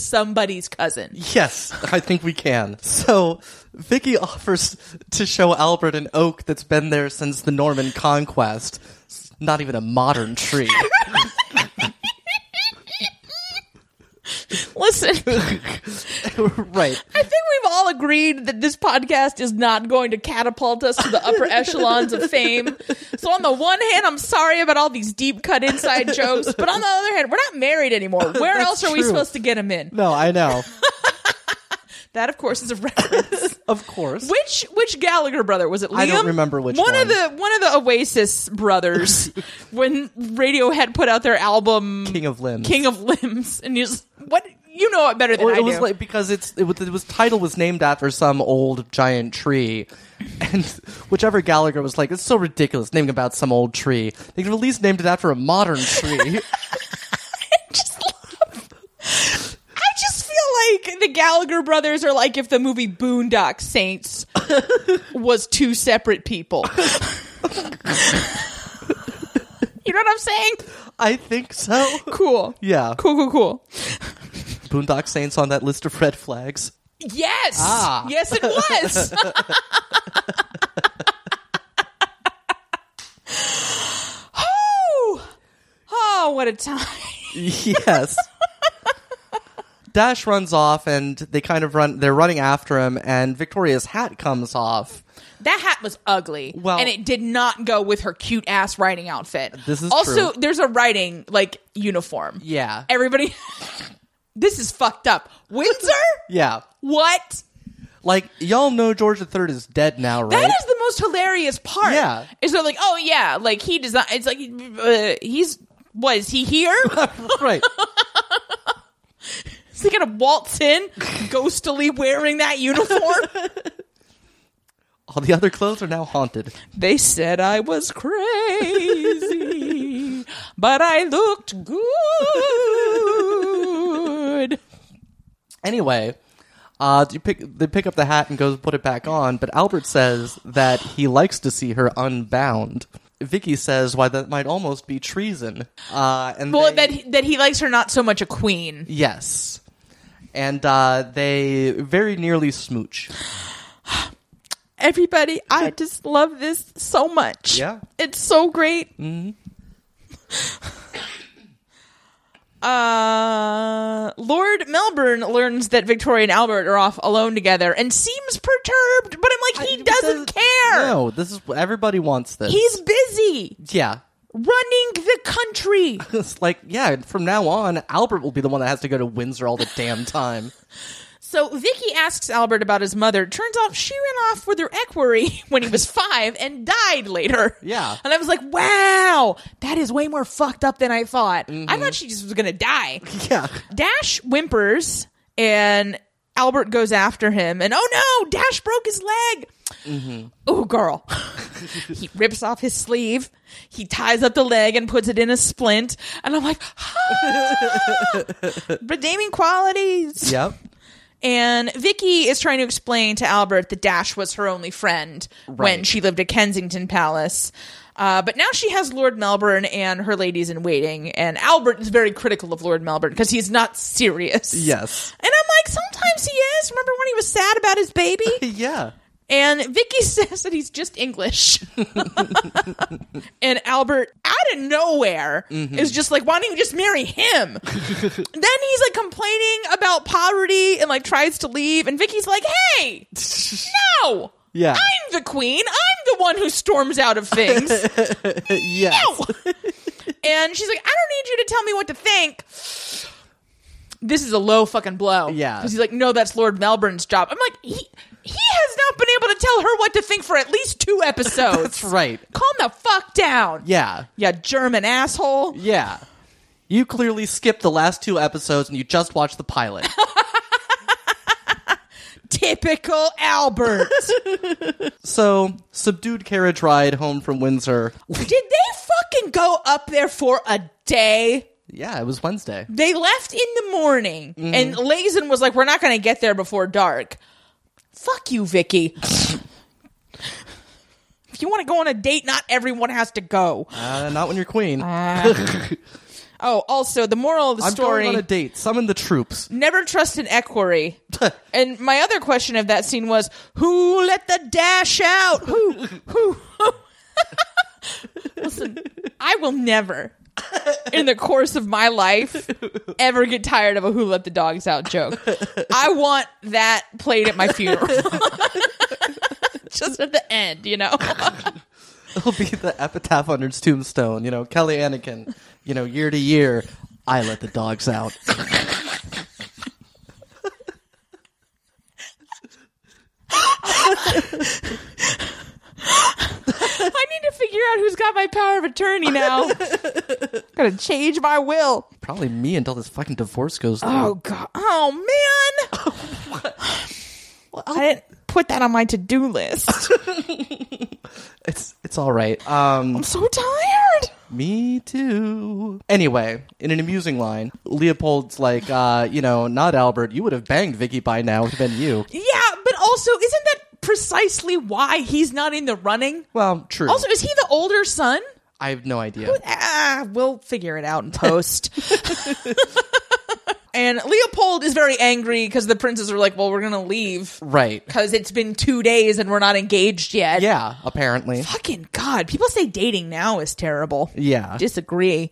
[SPEAKER 2] somebody's cousin.
[SPEAKER 1] yes, I think we can. So, Vicky offers to show Albert an oak that's been there since the Norman conquest. It's not even a modern tree.
[SPEAKER 2] Listen, I think
[SPEAKER 1] right.
[SPEAKER 2] we've all agreed that this podcast is not going to catapult us to the upper echelons of fame. So, on the one hand, I'm sorry about all these deep cut inside jokes, but on the other hand, we're not married anymore. Where
[SPEAKER 1] That's
[SPEAKER 2] else are we
[SPEAKER 1] true.
[SPEAKER 2] supposed to get him in?
[SPEAKER 1] No, I know.
[SPEAKER 2] That, of course, is a reference.
[SPEAKER 1] Of course.
[SPEAKER 2] Which which Gallagher brother was it? Liam?
[SPEAKER 1] I don't remember which
[SPEAKER 2] one, of
[SPEAKER 1] one.
[SPEAKER 2] the one of the Oasis brothers when Radiohead put out their album
[SPEAKER 1] King of Limbs.
[SPEAKER 2] King of Limbs, and you just what you know it better than
[SPEAKER 1] Well,
[SPEAKER 2] I
[SPEAKER 1] it was
[SPEAKER 2] do.
[SPEAKER 1] like because it's it was, it was title was named after some old giant tree, and whichever Gallagher was like, it's so ridiculous naming about some old tree. They could have at least named it after a modern tree.
[SPEAKER 2] just love. I just feel like the Gallagher brothers are like if the movie Boondock Saints was two separate people. you know what I'm saying?
[SPEAKER 1] I think so.
[SPEAKER 2] Cool.
[SPEAKER 1] Yeah,
[SPEAKER 2] Cool, cool, cool.
[SPEAKER 1] Boondock Saints on that list of red flags.
[SPEAKER 2] Yes.
[SPEAKER 1] Ah.
[SPEAKER 2] Yes, it was. oh, oh, what a time.
[SPEAKER 1] yes. Dash runs off, and they kind of run. They're running after him, and Victoria's hat comes off.
[SPEAKER 2] That hat was ugly.
[SPEAKER 1] Well-
[SPEAKER 2] and it did not go with her cute ass riding outfit.
[SPEAKER 1] This is
[SPEAKER 2] also
[SPEAKER 1] true.
[SPEAKER 2] there's a riding like uniform.
[SPEAKER 1] Yeah,
[SPEAKER 2] Everybody This is fucked up. Windsor?
[SPEAKER 1] yeah.
[SPEAKER 2] what?
[SPEAKER 1] Like y'all know, George III is dead now, right?
[SPEAKER 2] That is the most hilarious part.
[SPEAKER 1] Yeah.
[SPEAKER 2] Is they're like, "Oh yeah, like he does not it's like uh, he's what is he here?
[SPEAKER 1] right.
[SPEAKER 2] is he gonna waltz in ghostily wearing that uniform?
[SPEAKER 1] All the other clothes are now haunted.
[SPEAKER 2] they said I was crazy, but I looked good.
[SPEAKER 1] Anyway, uh, you pick, they pick up the hat and goes put it back on, but Albert says that he likes to see her unbound. Vicky says why that might almost be treason. Uh, and
[SPEAKER 2] Well,
[SPEAKER 1] they-
[SPEAKER 2] that he, that he likes her not so much a queen.
[SPEAKER 1] yes, and uh, they very nearly smooch.
[SPEAKER 2] Everybody, I just love this so much.
[SPEAKER 1] Yeah.
[SPEAKER 2] it's so great. Uh, Lord Melbourne learns that Victoria and Albert are off alone together and seems perturbed, but I'm like, he doesn't care.
[SPEAKER 1] No, this is everybody wants this.
[SPEAKER 2] He's busy
[SPEAKER 1] yeah.
[SPEAKER 2] running the country.
[SPEAKER 1] It's like, yeah, from now on, Albert will be the one that has to go to Windsor all the damn time.
[SPEAKER 2] So Vicky asks Albert about his mother. Turns out she ran off with her equerry when he was five and died later.
[SPEAKER 1] Yeah.
[SPEAKER 2] And I was like, wow, that is way more fucked up than I thought. I thought she just was going to die.
[SPEAKER 1] Yeah.
[SPEAKER 2] Dash whimpers and Albert goes after him. And oh no, Dash broke his leg. Oh, girl. he rips off his sleeve. He ties up the leg and puts it in a splint. And I'm like, ah! redeeming qualities.
[SPEAKER 1] Yep.
[SPEAKER 2] And Vicky is trying to explain to Albert that Dash was her only friend when
[SPEAKER 1] Right.
[SPEAKER 2] she lived at Kensington Palace. Uh, but now she has Lord Melbourne and her ladies in waiting, and Albert is very critical of Lord Melbourne because he's not serious.
[SPEAKER 1] Yes.
[SPEAKER 2] And I'm like, sometimes he is. Remember when he was sad about his baby?
[SPEAKER 1] Yeah.
[SPEAKER 2] and Vicky says that he's just English. and Albert, out of nowhere, is just like, why don't you just marry him? then he's like complaining about poverty and like tries to leave. And Vicky's like, hey, no.
[SPEAKER 1] Yeah.
[SPEAKER 2] I'm the queen. I'm the one who storms out of things. and
[SPEAKER 1] yeah.
[SPEAKER 2] she's like, I don't need you to tell me what to think. This is a low fucking blow.
[SPEAKER 1] Yeah.
[SPEAKER 2] Because he's like, no, that's Lord Melbourne's job. I'm like, he, he has not been able to tell her what to think for at least two episodes.
[SPEAKER 1] That's right.
[SPEAKER 2] Calm the fuck down.
[SPEAKER 1] Yeah.
[SPEAKER 2] Yeah, German asshole.
[SPEAKER 1] Yeah. You clearly skipped the last two episodes and you just watched the pilot.
[SPEAKER 2] Typical Albert.
[SPEAKER 1] so, subdued carriage ride home from Windsor.
[SPEAKER 2] Did they fucking go up there for a day?
[SPEAKER 1] Yeah, it was Wednesday.
[SPEAKER 2] They left in the morning,
[SPEAKER 1] Mm-hmm.
[SPEAKER 2] and Lazen was like, "We're not going to get there before dark." Fuck you, Vicky. if you want to go on a date, not everyone has to go.
[SPEAKER 1] Uh, not when you're queen.
[SPEAKER 2] Oh, also, the moral of the
[SPEAKER 1] I'm
[SPEAKER 2] story:
[SPEAKER 1] going on a date. Summon the troops.
[SPEAKER 2] never trust an equerry. and my other question of that scene was, "Who let the dash out? Who? Who?" Listen, I will never. in the course of my life ever get tired of a who let the dogs out joke. I want that played at my funeral. Just at the end, you know.
[SPEAKER 1] It'll be the epitaph on his tombstone. You know, Kelly Anakin, you know, year to year, I let the dogs out.
[SPEAKER 2] who's got my power of attorney now? Gotta change my will.
[SPEAKER 1] Probably me until this fucking divorce goes through.
[SPEAKER 2] Oh god. Oh man. I didn't put that on my to-do list.
[SPEAKER 1] It's it's all right. Um,
[SPEAKER 2] I'm so tired.
[SPEAKER 1] me too. Anyway, in an amusing line, Leopold's like, uh, you know, not Albert. You would have banged Vicky by now. It would have been you.
[SPEAKER 2] Yeah, but also isn't that precisely why he's not in the running?
[SPEAKER 1] Well, true.
[SPEAKER 2] Also, is he the older son?
[SPEAKER 1] I have no idea.
[SPEAKER 2] Ah, we'll figure it out in post. and Leopold is very angry because the princes are like, "Well, we're gonna leave
[SPEAKER 1] Right.
[SPEAKER 2] because it's been two days and we're not engaged yet."
[SPEAKER 1] Yeah. Apparently.
[SPEAKER 2] Fucking god, people say dating now is terrible.
[SPEAKER 1] Yeah.
[SPEAKER 2] disagree.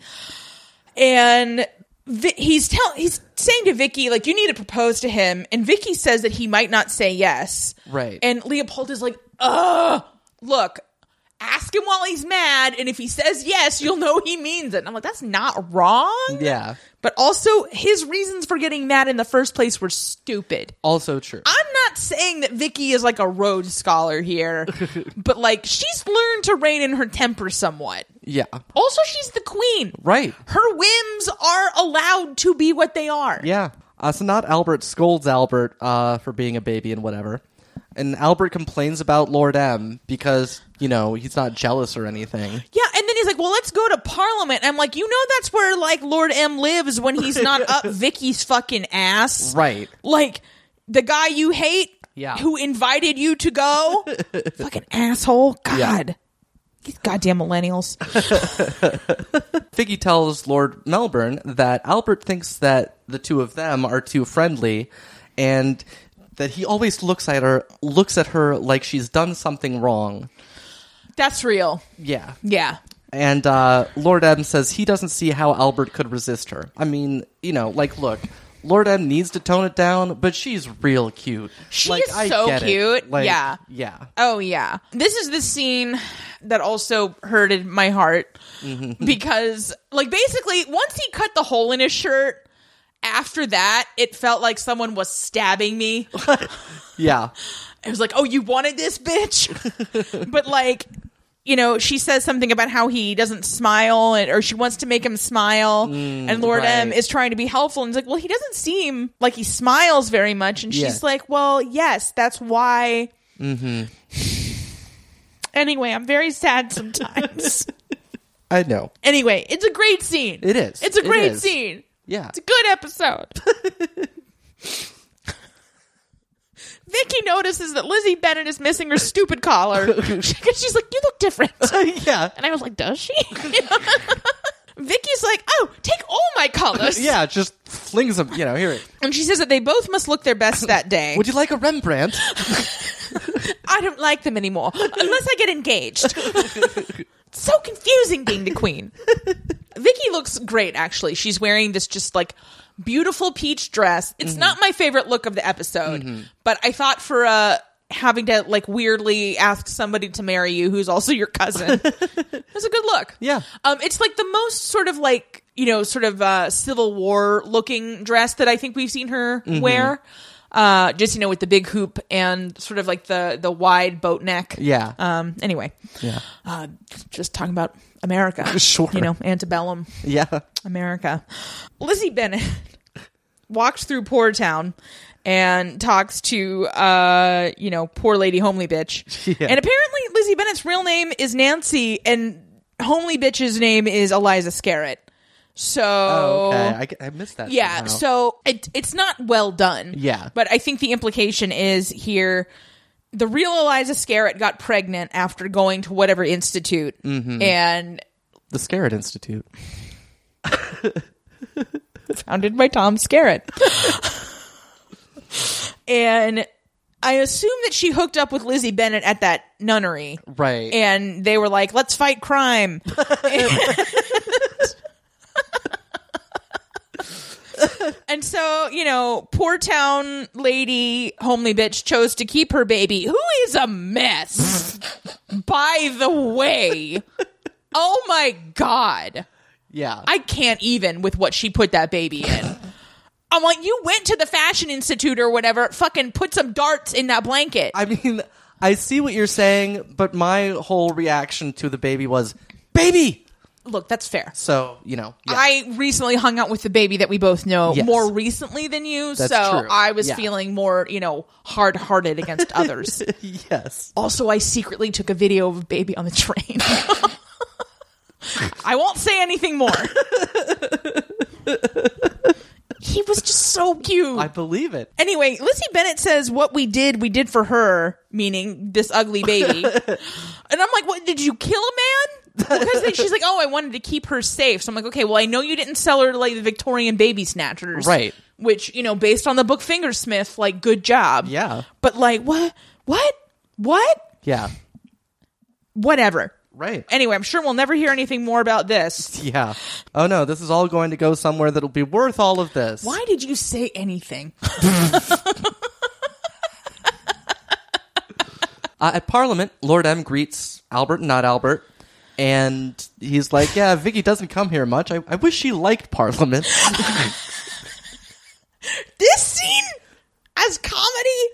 [SPEAKER 2] And Vi- he's telling he's saying to Vicky like you need to propose to him and Vicky says that he might not say yes.
[SPEAKER 1] Right.
[SPEAKER 2] And Leopold is like, "Ugh, look, ask him while he's mad and if he says yes, you'll know he means it." And I'm like, "That's not wrong."
[SPEAKER 1] yeah.
[SPEAKER 2] But also his reasons for getting mad in the first place were stupid.
[SPEAKER 1] Also true.
[SPEAKER 2] I'm not saying that Vicky is like a Rhodes scholar here, but like she's learned to rein in her temper somewhat.
[SPEAKER 1] yeah.
[SPEAKER 2] Also, she's the queen.
[SPEAKER 1] Right.
[SPEAKER 2] Her whims are allowed to be what they are.
[SPEAKER 1] Yeah. Uh, so not Albert scolds Albert uh, for being a baby and whatever. And Albert complains about Lord M because, you know, he's not jealous or anything.
[SPEAKER 2] Yeah, and then he's like, "Well, let's go to Parliament." I'm like, "You know, that's where like Lord M lives when he's not up Vicky's fucking ass,
[SPEAKER 1] Right.
[SPEAKER 2] Like the guy you hate,
[SPEAKER 1] Yeah.
[SPEAKER 2] who invited you to go, fucking asshole. God, these goddamn millennials.
[SPEAKER 1] Figgy tells Lord Melbourne that Albert thinks that the two of them are too friendly and that he always looks at her looks at her like she's done something wrong.
[SPEAKER 2] That's real.
[SPEAKER 1] Yeah.
[SPEAKER 2] Yeah,
[SPEAKER 1] And uh, Lord M says he doesn't see how Albert could resist her. I mean, you know, like, look, Lord M needs to tone it down, but she's real cute.
[SPEAKER 2] She
[SPEAKER 1] Like,
[SPEAKER 2] is
[SPEAKER 1] I
[SPEAKER 2] so
[SPEAKER 1] get it.
[SPEAKER 2] cute.
[SPEAKER 1] Like,
[SPEAKER 2] Yeah.
[SPEAKER 1] yeah,
[SPEAKER 2] Oh yeah. This is the scene that also hurted my heart because like basically once he cut the hole in his shirt after that, it felt like someone was stabbing me.
[SPEAKER 1] yeah,
[SPEAKER 2] It was like, "Oh, you wanted this, bitch." but like, you know, she says something about how he doesn't smile and or she wants to make him smile and Lord M
[SPEAKER 1] Mm, right.
[SPEAKER 2] is trying to be helpful and he's like, "Well, he doesn't seem like he smiles very much." And she's
[SPEAKER 1] Yeah.
[SPEAKER 2] like, "Well, yes, that's why."
[SPEAKER 1] Mm-hmm.
[SPEAKER 2] Anyway, I'm very sad sometimes.
[SPEAKER 1] I know.
[SPEAKER 2] anyway, it's a great scene.
[SPEAKER 1] It is.
[SPEAKER 2] It's a
[SPEAKER 1] It
[SPEAKER 2] great
[SPEAKER 1] is.
[SPEAKER 2] scene.
[SPEAKER 1] Yeah,
[SPEAKER 2] It's a good episode. Vicky notices that Lizzie Bennett is missing her stupid collar. She's like, "You look different,"
[SPEAKER 1] yeah,
[SPEAKER 2] and I was like, "Does she?" Vicky's like, "Oh, take all my colors."
[SPEAKER 1] yeah. Just flings him. You know, here.
[SPEAKER 2] and she says that they both must look their best that day.
[SPEAKER 1] Would you like a Rembrandt?
[SPEAKER 2] I don't like them anymore unless I get engaged. so confusing being the queen. Vicky looks great actually. She's wearing this just like beautiful peach dress. It's not my favorite look of the episode, but I thought for uh having to like weirdly ask somebody to marry you who's also your cousin. it was a good look.
[SPEAKER 1] Yeah.
[SPEAKER 2] Um it's like the most sort of like, you know, sort of uh Civil War looking dress that I think we've seen her
[SPEAKER 1] Mm-hmm.
[SPEAKER 2] wear. Uh just you know with the big hoop and sort of like the the wide boat neck.
[SPEAKER 1] Yeah.
[SPEAKER 2] Um anyway
[SPEAKER 1] yeah,
[SPEAKER 2] uh, just talking about America.
[SPEAKER 1] Sure.
[SPEAKER 2] You know, antebellum
[SPEAKER 1] yeah.
[SPEAKER 2] America. Lizzie Bennett walks through Poor Town and talks to, uh, you know, poor lady Homely Bitch.
[SPEAKER 1] Yeah.
[SPEAKER 2] And apparently Lizzie Bennett's real name is Nancy and Homely Bitch's name is Eliza Scarrett. So.
[SPEAKER 1] Oh, okay, I, g- I missed that.
[SPEAKER 2] Yeah,
[SPEAKER 1] somehow.
[SPEAKER 2] so it, it's not well done.
[SPEAKER 1] Yeah.
[SPEAKER 2] But I think the implication is here the real Eliza Scarrett got pregnant after going to whatever institute.
[SPEAKER 1] Mm-hmm.
[SPEAKER 2] And
[SPEAKER 1] the Scarrett Institute.
[SPEAKER 2] founded by Tom Skerritt. and I assume that she hooked up with Lizzie Bennett at that nunnery.
[SPEAKER 1] Right.
[SPEAKER 2] And they were like, let's fight crime. and so, you know, poor town lady, homely bitch, chose to keep her baby, who is a mess, by the way. Oh my God.
[SPEAKER 1] yeah.
[SPEAKER 2] I can't even with what she put that baby in. I'm like, you went to the fashion institute or whatever, fucking put some darts in that blanket.
[SPEAKER 1] I mean, I see what you're saying, but my whole reaction to the baby was baby.
[SPEAKER 2] Look, that's fair.
[SPEAKER 1] So, you know. yeah.
[SPEAKER 2] I recently hung out with the baby that we both know
[SPEAKER 1] Yes.
[SPEAKER 2] more recently than you,
[SPEAKER 1] That's
[SPEAKER 2] so
[SPEAKER 1] true.
[SPEAKER 2] I was
[SPEAKER 1] Yeah.
[SPEAKER 2] feeling more, you know, hard-hearted against others.
[SPEAKER 1] yes.
[SPEAKER 2] Also, I secretly took a video of a baby on the train. I won't say anything more. he was just so cute.
[SPEAKER 1] I believe it.
[SPEAKER 2] Anyway, Lizzie Bennett says what we did, we did for her, meaning this ugly baby. and I'm like, what? Did you kill a man? Because then she's like, oh, I wanted to keep her safe. So I'm like, okay, well, I know you didn't sell her to like the Victorian baby snatchers,
[SPEAKER 1] Right.
[SPEAKER 2] Which you know, based on the book Fingersmith, like, good job.
[SPEAKER 1] Yeah.
[SPEAKER 2] But like, what? What? What?
[SPEAKER 1] Yeah.
[SPEAKER 2] Whatever.
[SPEAKER 1] Right.
[SPEAKER 2] Anyway, I'm sure we'll never hear anything more about this.
[SPEAKER 1] yeah. Oh no, this is all going to go somewhere that'll be worth all of this.
[SPEAKER 2] Why did you say anything?
[SPEAKER 1] Uh, at Parliament, Lord M greets Albert, not Albert, and he's like, "Yeah, Vicky doesn't come here much. I, I wish she liked Parliament."
[SPEAKER 2] this scene as comedy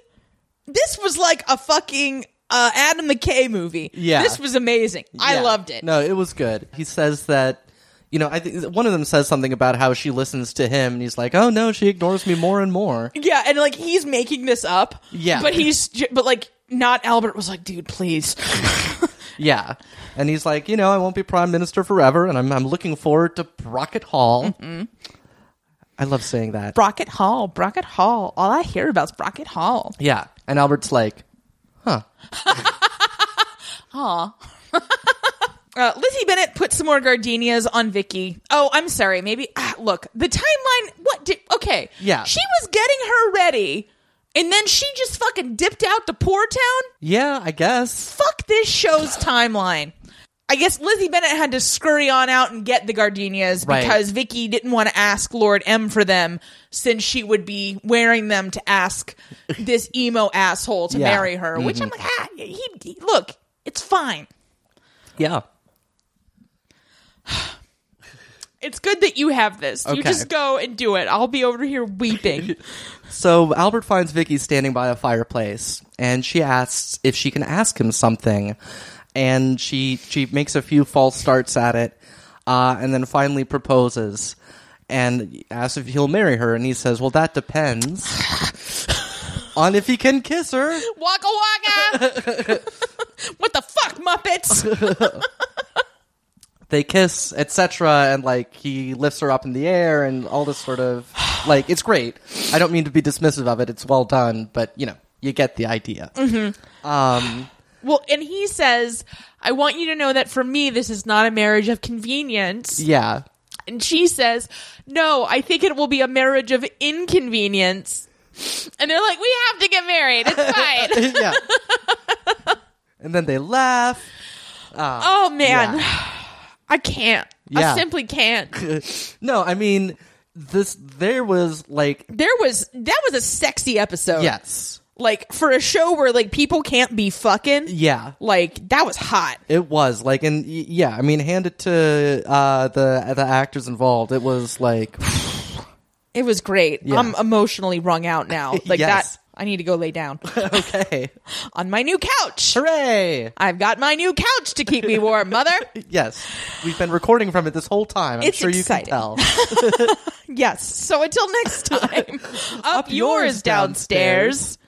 [SPEAKER 2] this was like a fucking uh, adam mckay movie
[SPEAKER 1] Yeah.
[SPEAKER 2] this was amazing i
[SPEAKER 1] Yeah.
[SPEAKER 2] loved it
[SPEAKER 1] No, it was good. He says that. You know, I think one of them says something about how she listens to him, and he's like, "Oh no, she ignores me more and more."
[SPEAKER 2] yeah and like he's making this up
[SPEAKER 1] Yeah.
[SPEAKER 2] but he's j- but like not albert was like dude please
[SPEAKER 1] Yeah, and he's like, "You know, I won't be prime minister forever, and I'm I'm looking forward to Brockett Hall."
[SPEAKER 2] Mm-hmm.
[SPEAKER 1] I love saying that.
[SPEAKER 2] brockett hall brockett hall all i hear about is brockett hall
[SPEAKER 1] yeah, and Albert's like,
[SPEAKER 2] Uh, Lizzie Bennett put some more gardenias on Vicky. Oh, I'm sorry. Maybe ah, look the timeline. What did? Okay,
[SPEAKER 1] Yeah.
[SPEAKER 2] She was getting her ready, and then she just fucking dipped out to Poor Town.
[SPEAKER 1] "Yeah, I guess."
[SPEAKER 2] Fuck this show's timeline. I guess Lizzie Bennett had to scurry on out and get the gardenias
[SPEAKER 1] Right.
[SPEAKER 2] because Vicky didn't want to ask Lord M for them since she would be wearing them to ask this emo asshole to
[SPEAKER 1] Yeah. Mm-hmm.
[SPEAKER 2] marry her. Which I'm like, ah, he, he look, it's fine.
[SPEAKER 1] Yeah.
[SPEAKER 2] It's good that you have this.
[SPEAKER 1] Okay.
[SPEAKER 2] You just go and do it. I'll be over here weeping.
[SPEAKER 1] So Albert finds Vicky standing by a fireplace, and she asks if she can ask him something, and she she makes a few false starts at it, uh, and then finally proposes, and asks if he'll marry her, and he says, "Well, that depends on if he can kiss her."
[SPEAKER 2] waka waka. what the fuck, Muppets?
[SPEAKER 1] They kiss, etc., and like he lifts her up in the air, and all this sort of like it's great. I don't mean to be dismissive of it; it's well done, but you know you get the idea.
[SPEAKER 2] well, and he says, I want you to know that for me, this is not a marriage of convenience.
[SPEAKER 1] Yeah.
[SPEAKER 2] And she says, No, I think it will be a marriage of inconvenience. And they're like, We have to get married. It's fine.
[SPEAKER 1] yeah. And then they laugh.
[SPEAKER 2] oh, man. I can't.
[SPEAKER 1] Yeah.
[SPEAKER 2] I simply can't.
[SPEAKER 1] No, I mean this. There was like
[SPEAKER 2] There was, that was a sexy episode.
[SPEAKER 1] yes,
[SPEAKER 2] like for a show where like people can't be fucking
[SPEAKER 1] yeah,
[SPEAKER 2] like that was hot
[SPEAKER 1] it was like and y- yeah. I mean, hand it to uh, the the actors involved. It was like
[SPEAKER 2] it was great
[SPEAKER 1] Yeah.
[SPEAKER 2] i'm emotionally wrung out now like
[SPEAKER 1] Yes.
[SPEAKER 2] that i need to go lay down
[SPEAKER 1] okay,
[SPEAKER 2] on my new couch
[SPEAKER 1] hooray!
[SPEAKER 2] i've got my new couch to keep me warm mother
[SPEAKER 1] Yes, we've been recording from it this whole time. I'm
[SPEAKER 2] It's
[SPEAKER 1] sure
[SPEAKER 2] exciting.
[SPEAKER 1] you can tell.
[SPEAKER 2] yes so until next time up,
[SPEAKER 1] yours,
[SPEAKER 2] yours downstairs,